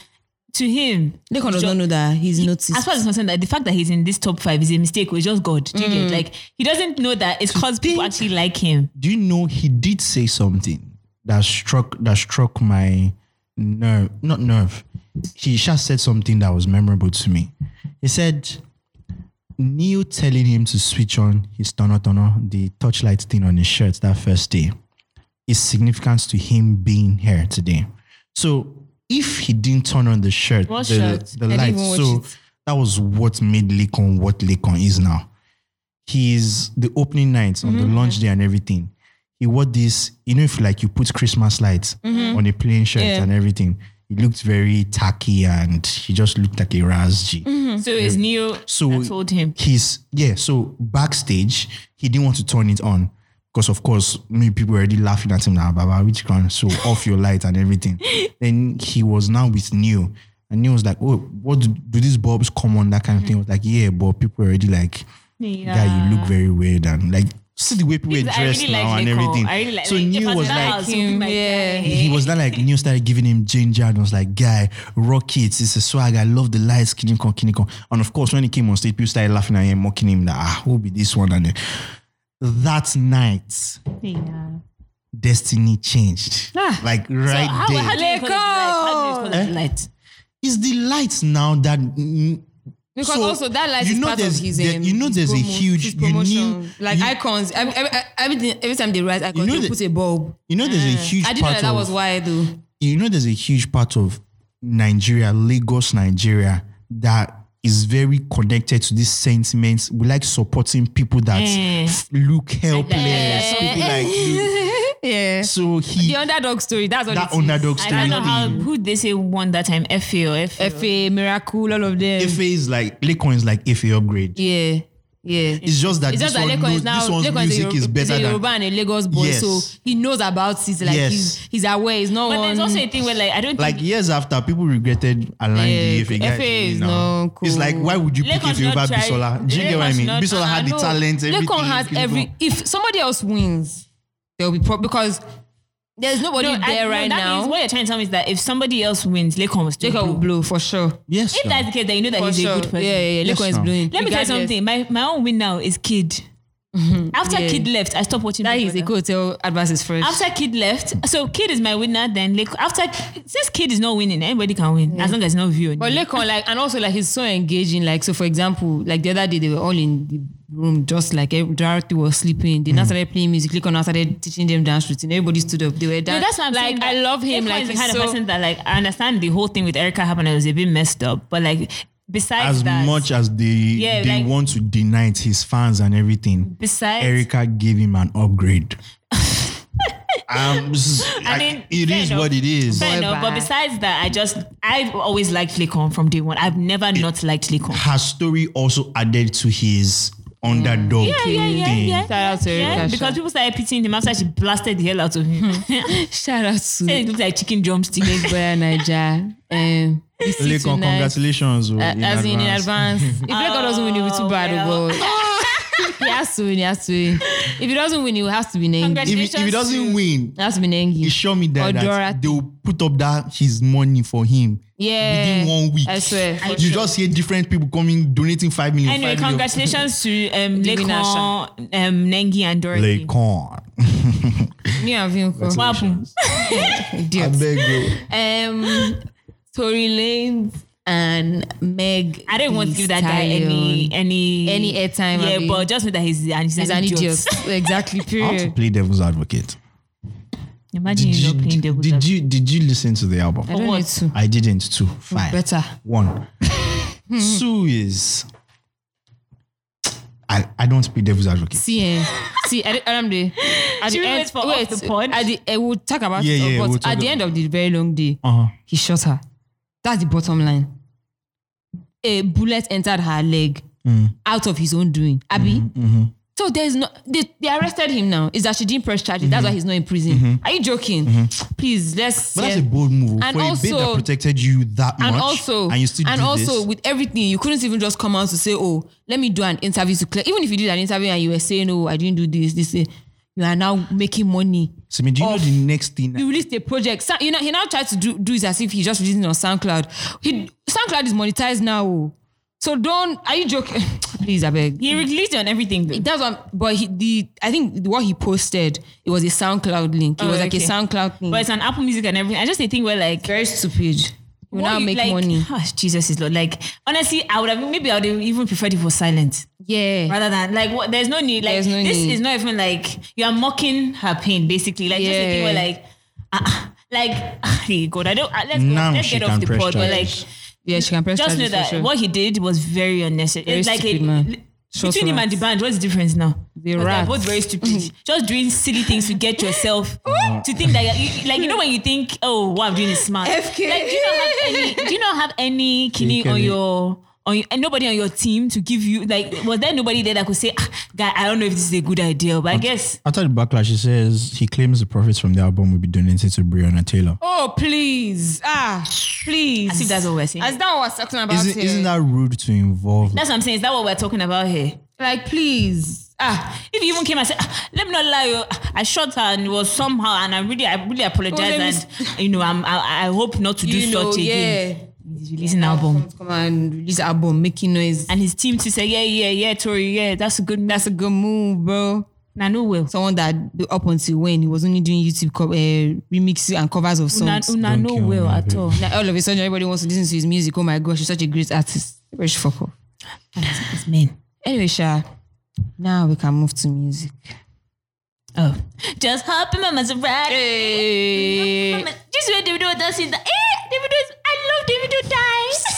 to him,
Lekon does not know that he's noticed.
as far as I'm concerned, that the fact that he's in this top five is a mistake. It's just God. Do you
Mm.
get? Like he doesn't know that it's because people actually like him.
do you know he did say something that struck that struck my nerve not nerve he just said something that was memorable to me he said neil telling him to switch on his tono tono the torchlight thing on his shirt that first day is significant to him being here today so if he didn't turn on the shirt
What
the,
shirt?
the
I didn't
light
even watch
so
it.
that was what made Lekon what Lekon is now his the opening night on
Mm-hmm.
the launch day and everything. He wore this, you know, if like you put Christmas lights on a plain shirt
Mm-hmm. Yeah.
and everything. He looked very tacky and he just looked like a Raz G.
Mm-hmm. Hmm.
So it's Neo
So-
that told him.
He's yeah, so backstage, he didn't want to turn it on. Because of course, many people were already laughing at him now, Baba, which can so *laughs* off your light and everything. Then he was now with Neil. And Neil was like, Oh, what do, do these bulbs come on? That kind of thing. I was like, Yeah, but people were already like,
Yeah.
guy, you look very weird and like see the way people were
Because I
dressed
really
now
like
and
Lekon.
everything.
I really like
so
like, if I
Neil was
in that
like
house, it would be my
Yeah.
guy.
he was not like Neil started giving him ginger and was like, guy, rockets, it's a swag. I love the lights, kinikon, kinikon. And of course, when he came on stage, people started laughing at him, mocking him that ah, who'll be this one? And then that night,
Yeah.
destiny changed.
Ah.
Like right
How,
there.
how do you call it light? How do you call it
Eh?
light?
it's the lights now that mm,
Because
So,
also that light
you
is
know
part of
there's-
his.
there-
um,
you know
his
there's a
promo-
huge-
his
you knew-
promotion. like
you-
icons. Every, every, every, every time they rise icons,
know
they
that-
put a bulb.
you know there's a huge
Mm. I didn't know
part
that, that
of
was why though.
you know there's a huge part of Nigeria, Lagos, Nigeria, that is very connected to these sentiments. We like supporting people that
Eh.
f- look helpless, people like you.
*laughs* Yeah.
So he
The underdog story. That's what
that
it is.
underdog
I
story.
don't know how
thing.
who they say won that time. FA or FA.
FA, Miracle, all of them.
Efe is like Lekon is like Efe upgrade.
Yeah. Yeah.
It's just that
It's
this,
just that
one
Lekon
knows-
is now
this one's
Lekon is a
music
Yoruba,
is
he's
better
a
than
Yoruba and a Lagos boy,
Yes.
so he knows about it. Like
Yes.
he's he's aware. He's not
But
one.
there's also a thing where like I don't think
like years after people regretted aligning
Yeah,
the FA guy.
FA
to
is
now.
not cool.
It's like why would you pick
Lekon
Efe over
not try-
Bisola? Do you get what I
Lekon
mean?
not-
Bisola had the
No.
talent. everything.
Lekon has every. If somebody else wins, there will be problem because there's nobody
No, I-
there
no,
right
that
now.
Means what you're trying to tell me is that if somebody else wins, Lekon will still
Jacob will
blow.
blow for sure.
Yes.
If
sir.
that's the case, then you know that
For
he's
sure.
a good person.
Yeah, yeah, yeah.
Yes,
Lekon is
now.
blowing.
Let me tell you
Regardless.
something. My my own win now is Kid. After
Mm-hmm. Yeah.
Kid left, I stopped watching.
That
Big
is a
Brother.
good hotel advice is fresh.
After Kid left, so Kid is my winner. Then Lekon. After since Kid is not winning, anybody can win as long as it's not view.
But Lekon, like, and also like he's so engaging. Like, so for example, like the other day they were all in the room, just like every- Dorothy was sleeping.
Mm.
They now started playing music. Lekon now started teaching them dance routine. Everybody stood up. They were
No,
dancing.
that's what I'm
like,
saying.
I
that
love him.
Ekpa
Like,
is the
he's
kind
so-
of person that like I understand the whole thing with Erica happened. It was a bit messed up, but like besides
as
that,
much as they
Yeah,
they
like-
want to deny it, his fans and everything,
besides
Erica gave him an
*laughs*
upgrade. um, s-
I
I-
mean,
it
fair
is
enough.
what it is.
Fair
Boy
enough, but
band.
besides that, I just I've always liked Lekon from day one. I've never not liked Lekon.
Her story also added to his underdog
Yeah, yeah, yeah,
thing.
yeah.
Shout out to
Yeah,
Erica
because
Shaw.
people started pitying him after she blasted the hell out of him.
*laughs* Hmm.
*laughs*
Shout out to
Said it
Big
looked like chicken
*laughs*
drumstick.
Boy Niger. Um, we see
Lekan,
tonight.
congratulations. oh,
Uh,
in
as in in
advance. *laughs*
advance. If Leko doesn't win, it will be too
Oh,
bad.
well.
But *laughs* he has to win. He has to win. If he doesn't win, it has to be Nengi.
Congratulations.
It
If, he- if he doesn't win,
has to be Nengi.
he showed me
Or
that,
Dorothy.
that they will put up that his money for him
Yeah.
within one week.
I swear.
I
You
swear.
just hear different people coming donating five million.
anyway,
five million.
congratulations
*laughs*
to um,
The winner, Sha.
Lekon, um, Nengi, and Dorothy.
Lekan.
Me and
What
Vinko.
happened?
I
Idiots.
beg you.
Um, Tory Lanez and Meg.
I don't want to
Thee
give that guy any
Stallion.
any
Any airtime,
Yeah,
Abi.
but just know that he's, and he's,
He's an idiot. exactly.
I want to
Period.
play devil's advocate.
*laughs* Imagine you not playing devil's
did
advocate.
you did you listen to the album?
I don't
what?
need to.
I didn't too. Fine.
Oh, Better. *laughs* Hmm.
One. Two is I, I don't play devil's advocate.
See, eh, see, at the, um, the, at
Should
the
we
end,
wait for off the pod?
At the, eh, we'll talk about
Yeah,
it,
yeah,
but
we'll talk
at the
about-
end of the very long day,
Uh-huh.
he shot her. That's the bottom line. A bullet entered her leg
Mm.
out of his own doing. Abby.
Mm-hmm,
So there's no they, they arrested him now. Is that she didn't press charges? That's why he's not in prison. Are you joking? Please let's
Mm-hmm. But that's
yeah.
a bold move oh,
And
for a babe
also-
that protected you that
and
much,
also
and you still
and
do
also
this.
with everything you couldn't even just come out to say oh let me do an interview to clear even if you did an interview and you were saying oh i didn't do this this eh, you are now making money
So, I mean, do you know
of-
the next thing?
you released a project Sa- you know he now tried to do, do it as if he's just releasing it on soundcloud he soundcloud is monetized now oh. so don't are you joking *laughs* please i beg
He released it on everything. Though.
that's what but he the i think what he posted it was a soundcloud link it
Oh,
was like a
okay.
soundcloud thing
But it's on Apple Music and everything. I just think we're like
very stupid you
what
now
you-
make
like-
money
Ah, Jesus is Lord. Like honestly, I would have maybe I would have even preferred it was silent
yeah
rather than like what. There's no need. Like
There's no
this
need.
is not even like you are mocking her pain basically. Like just a thing
Yeah.
where like, ah, ah, like *laughs* hey God, I don't. ah, let's go,
Now
let's
she
get off
can
the
press
pod. But like
charges.
yeah she can press
just know
charges for
that
sure.
what he did was very unnecessary.
Very
it's like
stupid,
a,
man. Shots
between him and the
rats.
band, what's the difference now?
They
Because
rats.
They're both very
*laughs*
stupid. just doing silly things to get yourself to think that, you, like you know, when you think, oh, what I'm doing is smart.
FK.
Like, do you not have any? Do you not have any kidney
Kidney.
on your? On your, and nobody on your team to give you like was there nobody there that could say ah, guy I don't know if this is a good idea but I guess
After the backlash, he says he claims the profits from the album will be donated to Breonna Taylor.
Oh, please. Ah, please.
as if that's what we're saying
As that was talking about
Isn't,
here.
isn't that rude to involve?
that's what I'm saying is that what we're talking about here
like, please.
Ah, if you even came and said, "Ah, let me not lie, oh, I shot her and it was somehow, and I really, I really
let me
apologize, and you know, I'm, I, I hope not to do
You
such
know,
again.
yeah.
He's releasing album,
Come and release album, making noise.
and his team to say, yeah, yeah, yeah, Tori, yeah, that's a good,
That's
that's
a good move, bro.
Nanu will,
Someone that up until when he was only doing YouTube co- uh, remixes and covers of
Una,
songs.
una no
kill me,
will at
babe.
all.
Like, all of a sudden, everybody wants to listen to his music. Oh my gosh, he's such a great artist. Where's fuck off?
It's men.
Anyway, Sha, now we can move to music.
Oh, just hop in my Maserati.
Hey,
Mama- This way Davido does it. Eh, Davido, is- I love Davido die.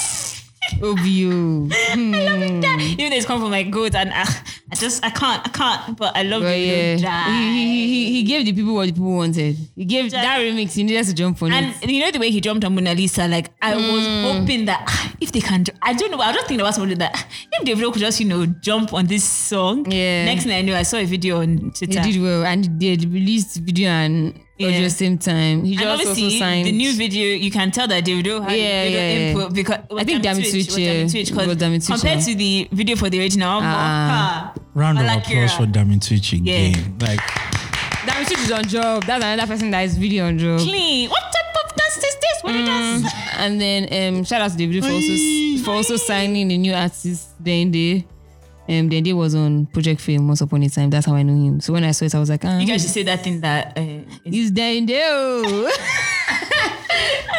Obio. Hmm.
Even though it's come from my goat, and I, I just, I can't, I can't, but I love
But
Davido
Oh, yeah,
die.
he, he, he, he gave the people what the people wanted. He gave
Just-
that remix. He needed to jump on it.
And you know the way he jumped on Mona Lisa, like I was
Hmm.
hoping that ah, if they can, ju- I don't know, I don't think there was somebody that ah, if Davido could just you know jump on this song.
Yeah.
Next thing I knew, I saw a video on
He
Twitter.
did well, and they released video and audio
Yeah.
same time. He
and
just also
obviously,
signed
the new video, you can tell that Davido had
Yeah,
video
yeah, yeah.
input because
I think
Dami
Dami Twitch,
was Dami
yeah.
Twitch,
It
'cause
was Dami Twitch,
compared
yeah.
to the video for the original, album,
Ah.
ah,
Round of
Malakira.
applause for Damien Twitch again. Like
Damn, Twitch is on job. That's another person that is really on job.
clean. What type of dance is this? What mm.
Hmm.
dance?
And then um, shout out to David for also for also signing the new artist Dende. Um, Dende was on Project Fame once upon a time. That's how I knew him. So when I saw it, I was like, ah,
You guys should say that thing that uh, is-
he's Dende. oh.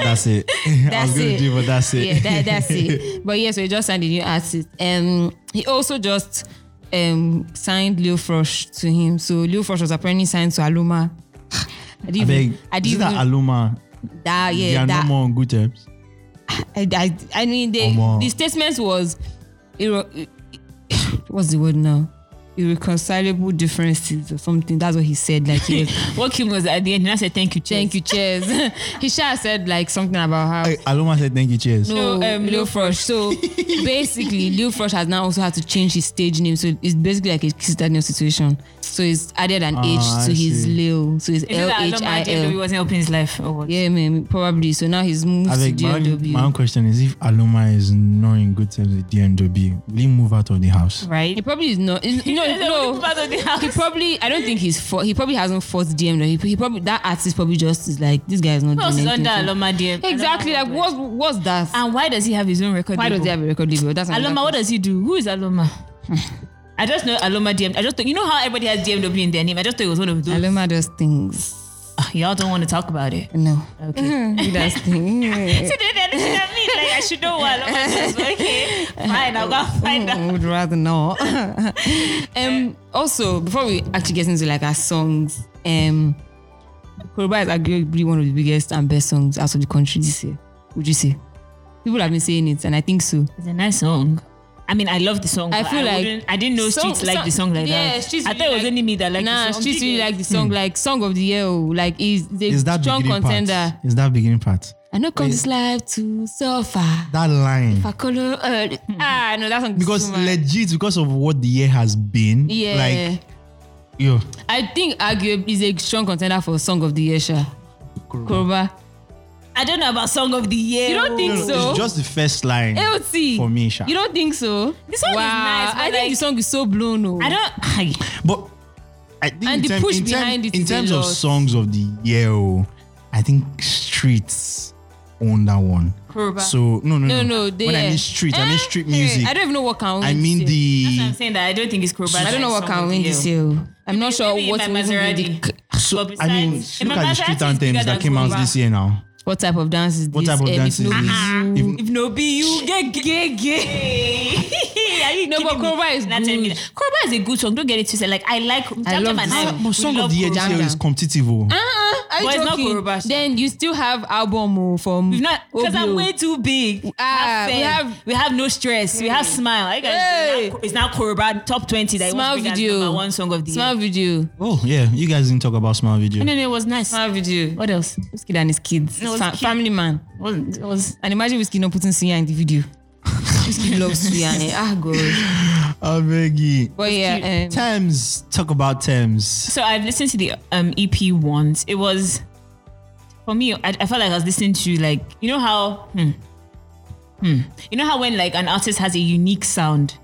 that's it.
*laughs*
I
That's
was gonna
it.
do, but that's it.
yeah, that, that's it. But yeah, so he just signed a new artist. Um, he also just um signed Leo Frosh to him. So Leo Frosh was apparently signed to Aluma. *sighs* I
I
didn't.
*laughs* beg.
even- I
is it
didn't.
that
even-
Aloma?
that,
they
yeah,
are
that.
no more on good terms.
I, I, I mean, the
Omo.
the statement was, it, wa- *coughs* what's the word now? irreconcilable differences or something. That's what he said. Like he
*laughs*
was,
What Kim was at the end, and I said, Thank you,
thank you, cheers. *laughs* he should have said like something about how
Hey, Aloma said thank you, cheers.
No,
No, um,
um, Lil
Lil
Frosh. So *laughs* basically, Lil Frosh has now also had to change his stage name. So it's basically like a Kiss Daniel situation. So he's added an
Ah,
H to
I
his
see.
Lil. So it's
Is it
L
that
H
Aloma
I
Adeodowu
L.
wasn't helping his life or what?
Yeah, man, probably. So now he's moved
I
to
think my,
DLW.
my own question is if Aloma is not in good terms with DNW, will he move out of the house?
Right?
He probably is not. is- No, *laughs*
*laughs*
no. *laughs* He probably, I don't think he's for. He probably hasn't forced DM. though. He, he probably that artist probably just is like this guy is not
What's
doing anything.
under
so-
Aloma DM?
exactly. Like what? What's that?
And why does he have his own record?
Why does he
label?
have a record label? That's another
Aloma? What does he do? Who is Aloma? *laughs* I just know Aloma DM. I just thought, you know how everybody has DMW in their name. I just thought it was one of
question.
those.
Aloma does things.
Ah, Y'all don't want to talk about it.
No,
Okay.
he does things.
*laughs* See, they- they're looking at me like I should know what Aloma
*laughs*
does. Okay, fine. I'll go
Mm-hmm.
and find out.
would rather not.
*laughs*
um, also, before we actually get into like our songs, um, Koroba is arguably one of the biggest and best songs out of the country this year. Would you say? People have been saying it, and I think so.
It's a nice song. I mean, I love the song.
I
but
feel like-
wouldn't- I didn't know
Song-
Streets liked the song like
yeah,
that.
Streets
I thought
really
it was
like- Hmm.
only me that liked
nah,
the song.
she's really like the song, like song of the year. oh, Like is the
Is that
strong
beginning
contender.
part? Is that beginning part?
I know come
Wait.
this life to suffer.
That line.
I color earth. Ah, no, that song is
Because
so mad.
legit, because of what the year has been,
yeah,
like yo,
I think arguably is a strong contender for song of the year. Sha. Koroba.
I don't know about song of the year.
You don't think
no, no,
so?
it's just the first line
LT.
for me, Sha.
Eh, oh, You don't think so?
The song is nice, but
I think
like-
the song is so blown. Oh.
I don't.
But I think
And
in
the
term-
push
in term-
behind it
in
is a
terms of
lot.
songs of the year, oh, I think Streets own that one.
Koroba.
So no, no,
No,
no.
no. They,
Mm. when I
eh,
mean street, I mean street
eh,
music.
I don't even know what can win.
I mean
this year.
I'm
the
saying that I don't think it's Koroba.
I don't know what can win this year. oh. I'm not sure
maybe
what
my
will even be
Maserati.
the, c-
so,
But
I mean
besides-
look at the
Imagine
street
that is bigger than
anthems that came out
Koroba.
this year now.
what type of dance is
What
this.
type of
eh,
dance
if
is
no
this?
be you-
Mm.
If-
If no be you, get gay,
*laughs*
gay. Are you
No, but
kidding me?
Koroba is
Nah, tell me
good.
that. Koroba is a good song. Don't get it twisted. Like I like. Jam Jam
love
and
this
I-
song.
Ah, But
we
song of
love
the year
Koroba.
this year
Jam
is
Jam.
competitive. oh.
Uh-uh, are you
But it's not
joking?
Koroba, Sha.
Then you still have album oh, from
We've not because I'm
Obio.
way too big.
Ah,
Have
we
fame.
have-
we have no stress. We have smile. Like
Hey.
it's now Koroba top twenty. That it
Smile
was big as
video.
number one song of the
Small
year.
video.
Oh yeah, you guys didn't talk about small video.
no, it was nice.
Small video.
What else? It
Whiskey and his kids.
No,
His
it's
fa-
cute.
family man.
was, it was
And imagine Whiskey not putting Suya in the
*laughs*
video. Whiskey loves Suya. eh. Ah, God.
I beg you.
But yeah. Um,
Thames, talk about Thames.
So I've listened to the um, EP once. It was for me. I, I felt like I was listening to like you know how hmm, hmm. you know how when like an artist has a unique sound.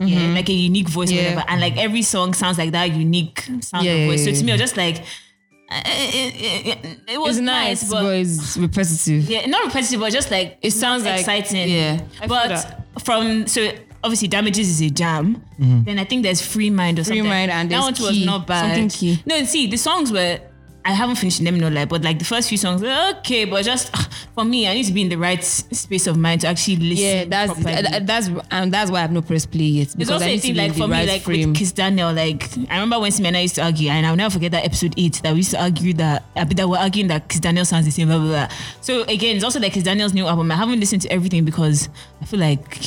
Yeah, like a unique voice, or
Mm-hmm. Yeah.
whatever, and like every song sounds like that unique sound
Yeah,
of
yeah,
voice. So
yeah,
to me, I was just like, eh, eh, eh, eh, it was
it's nice, but,
but
it's repetitive.
yeah, not repetitive, but just like
It sounds like-
exciting.
yeah, I feel
but
that.
from so obviously damages is a jam.
Mm-hmm.
Then I think there's free mind or
Free
something.
Mind and
that
there's
one too was
Key,
not bad.
something Key.
No, and see the songs were. I haven't finished them, no lie, but like the first few songs, okay, but just *sighs* ah, for me, I need to be in the right s- space of mind to actually listen.
Yeah, that's
properly.
uh, that's and that's why I've not pressed play yet.
It's
because
also
I
a
need to
thing
be in
like
the
for
right
me, like
frame.
with Kiss Daniel, like I remember when Simena used to argue, and I'll never forget that episode eight that we used to argue that uh, that we're arguing that Kiss Daniel sounds the same, blah blah blah. So again, it's also like Kiss Daniel's new album. I haven't listened to everything because I feel like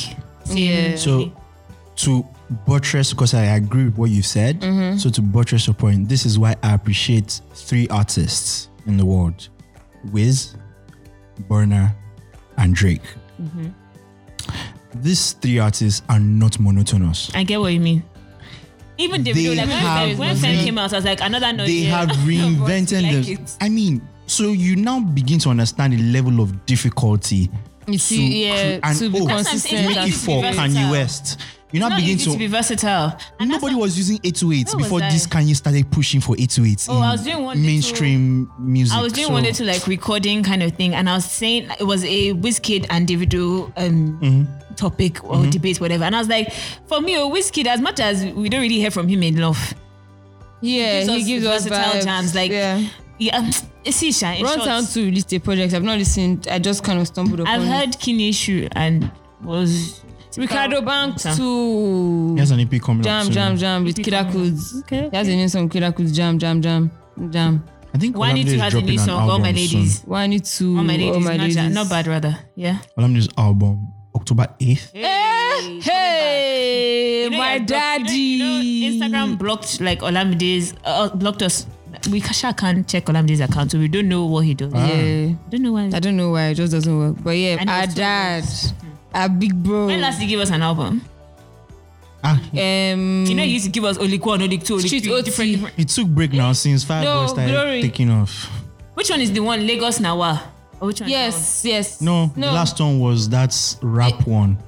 yeah.
So to buttress, because I agree with what you said.
Mm-hmm.
So to buttress your point, this is why I appreciate three artists in the world: Wiz, Burner, and Drake.
Mm-hmm.
These three artists are not monotonous.
I get what you mean. Even Davido,
They
like when,
have
Fem- when Fem
re-
came out, I was like another noise.
They
Oh, yeah. *laughs*
have reinvented
Like
them.
it.
I mean, so you now begin to understand the level of difficulty.
You see,
cre-
yeah, to be
oh,
That's what I'm
consistent.
saying.
make
It's
it
not easy
for
to be
Kanye
versatile.
West. You now
Not
begin
easy to, be versatile. And that's
Nobody
not-
was using 808s
Where was
before
I?
this Kanye started pushing for 808s
Oh,
in
I was doing one
mainstream music.
I was doing
so
one day to like recording kind of thing, and I was saying it was a Wizkid and Davido um,
Mm-hmm.
topic or debate, whatever. And I was like, for me, oh, Wizkid, as much as we don't really hear from him enough,
yeah, he gives us
versatile
vibes.
jams. Like,
yeah.
yeah, um, see, Sha, in
Run
short,
Town to released a project. I've not listened. I just kind of stumbled upon.
I've
it.
heard Kineshu and was
Ricardo Banks
Run Town.
to
He has an EP coming up
Jam
soon.
Jam Jam with
Okay,
Kira
okay.
Kuds.
Okay,
He has a new song Kira Kuds Jam Jam Jam Jam.
I think
Wani
Olamide
Two
is
has a
dropping
new
an
song, All My
album soon.
Oh, Ladies.
Why need to?
All My Ladies, not, Jam- not bad, rather. Yeah.
Olamide's album October 8th.
Hey, Eh, hey,
You know,
my
yeah, block-
daddy.
You know, you know, Instagram blocked like Olamide's uh, blocked us. We ca- sure can't check Olamide's account, so we don't know what he does.
Ah. Hmm.
Yeah.
Don't know why.
I don't know why it just doesn't work. But yeah,
And it
our
was two
dad, our big bro.
When last he gave us an album?
Ah,
um,
You know, he used to give us Olik One, Olik Two, Olik
Street
Three,
OT.
different, different.
it took break now since Five
No,
Boys started
glory.
taking off.
Which one is the one? Lagos Nawa. Or which one? is
yes, yes.
No, the last one was that's
Eh.
rap one.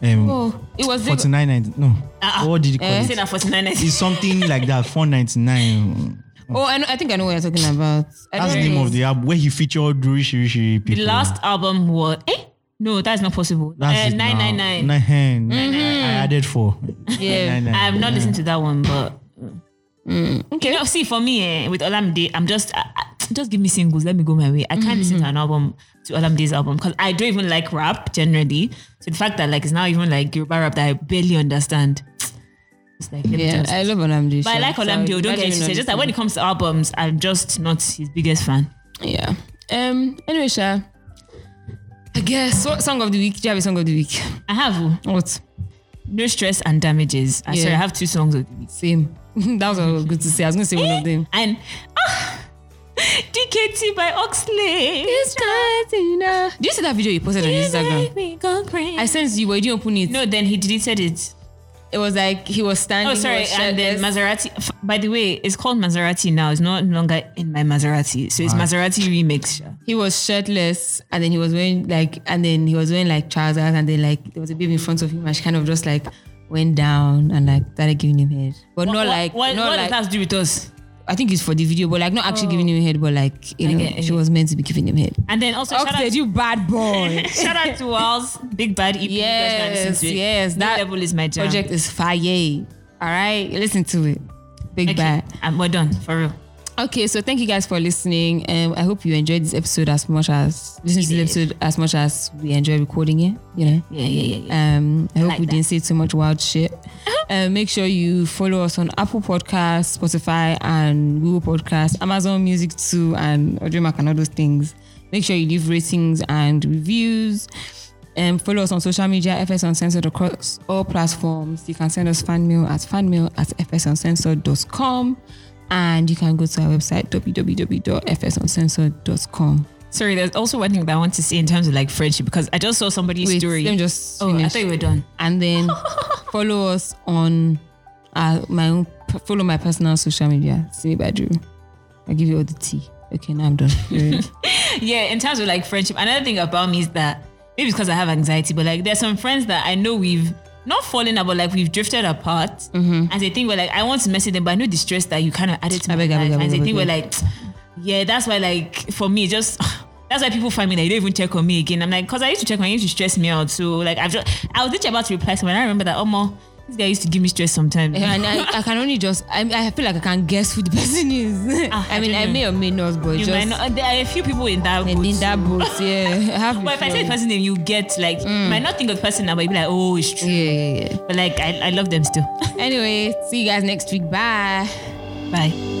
Um,
Oh, it was
forty nine ninety no.
Uh-uh.
What did you call
that one?
Eh?
it?
Say that for nine
It's something like that. Four ninety
*laughs*
nine.
Oh, I, know, I think I know what you're talking about. I
That's the
don't
name
know.
of the app where he featured Rishi people.
The last album was eh? No, that's not possible. Uh,
That's it now.
nine nine nine.
Nine. I I added four.
Yeah.
Nine, nine.
I have not listened to that one, but
Mm,
okay. You know, see, for me, eh, with Olamide, I'm just I, I- just give me singles. Let me go my way. I can't listen
Mm-hmm.
to an album to Olamide's album because I don't even like rap generally. So the fact that like it's now even like Yoruba rap that I barely understand, it's like let me
Yeah,
just-
I love Olamide.
But I like Olamide. Don't get it twisted. Just like when it comes to albums, I'm just not his biggest fan.
Yeah. Um. Anyway, Sha. I guess what song of the week? Do you have a song of the week?
I have oh,
What?
no stress and damages. I
Yeah.
sorry, I have two songs of the week.
Same. *laughs* that was what I was good to say. I was gonna say one of them.
and ah, *laughs* DKT by Oxley.
Do you see that video you posted on Instagram? I
I
sensed you, but you didn't open it.
no, then he deleted it.
It was like he was standing.
Oh, sorry. And then Maserati. f- By the way, it's called Maserati now. It's no longer in my Maserati, so it's Maserati remix. yeah.
he was shirtless and then he was wearing like and then he was wearing like trousers and then like there was a babe in front of him and she kind of just like went down and like started giving him head but not
What-
like
what,
not
what
like
does that have to do with us?
I think it's for the video but like not actually giving him head but like you know
get it.
she was meant to be giving him head
And then also shout out,
Oxford you bad boy
*laughs* shout out to Walls, Big Bad EP. You guys can listen
yes
to it.
yes
New
that
level is my jam.
*laughs* project is fire all right listen to it big
Okay,
bad
and we're done for real.
Okay, so thank you guys for listening. Um, I hope you enjoyed this episode as much as listening to this episode as much as we enjoy recording it. You know.
Yeah, yeah, yeah. yeah.
Um, I hope
like
we
that.
didn't say too much wild
*laughs*
shit. Uh, make sure you follow us on Apple Podcasts, Spotify, and Google Podcasts, Amazon Music too, and Audiomack and all those things. Make sure you leave ratings and reviews. Um, follow us on social media, FS Uncensored across all platforms. You can send us fan mail at fanmail at fsuncensored.com. And you can go to our website, www.fsuncensored.com.
Sorry, there's also one thing that I want to say in terms of like friendship because I just saw somebody's
Wait,
story.
let me just
oh, I
finish.
thought you were done.
and
*laughs*
then follow us on uh, my own follow my personal social media Simi Badru I'll give you all the tea okay now I'm
*laughs*
done Period.
Yeah, in terms of like friendship, another thing about me is that maybe it's because I have anxiety, but like there's some friends that I know we've not fallen out, but like we've drifted apart.
Mm-hmm.
And they think we're like, I want to message them, but I know the stress that you kind of added to my
I beg, I
life.
beg, I
and
beg,
they
I
think we're
beg.
like, *sniffs* yeah, that's why like for me, just *sighs* that's why people find me like, you don't even check on me again. I'm like, cause I used to check on you, it used to stress me out. So like I've just I was literally about to reply to someone. I remember that, oh mo, this guy used to give me stress sometimes.
and I, I can only just I, I feel like I can guess who the person is
Ah,
*laughs* I mean
I
I
don't
may or may not but
You
just
might not- there are a few people in that
and
boat.
in that boat
*laughs*
yeah I have
But if I say the
before.
person's name, you get like you
Mm.
might not think of the person now, but you'll be like, oh, it's true.
yeah, yeah, yeah.
But like I, I love them still. *laughs*
Anyway, see you guys next week. Bye.
Bye.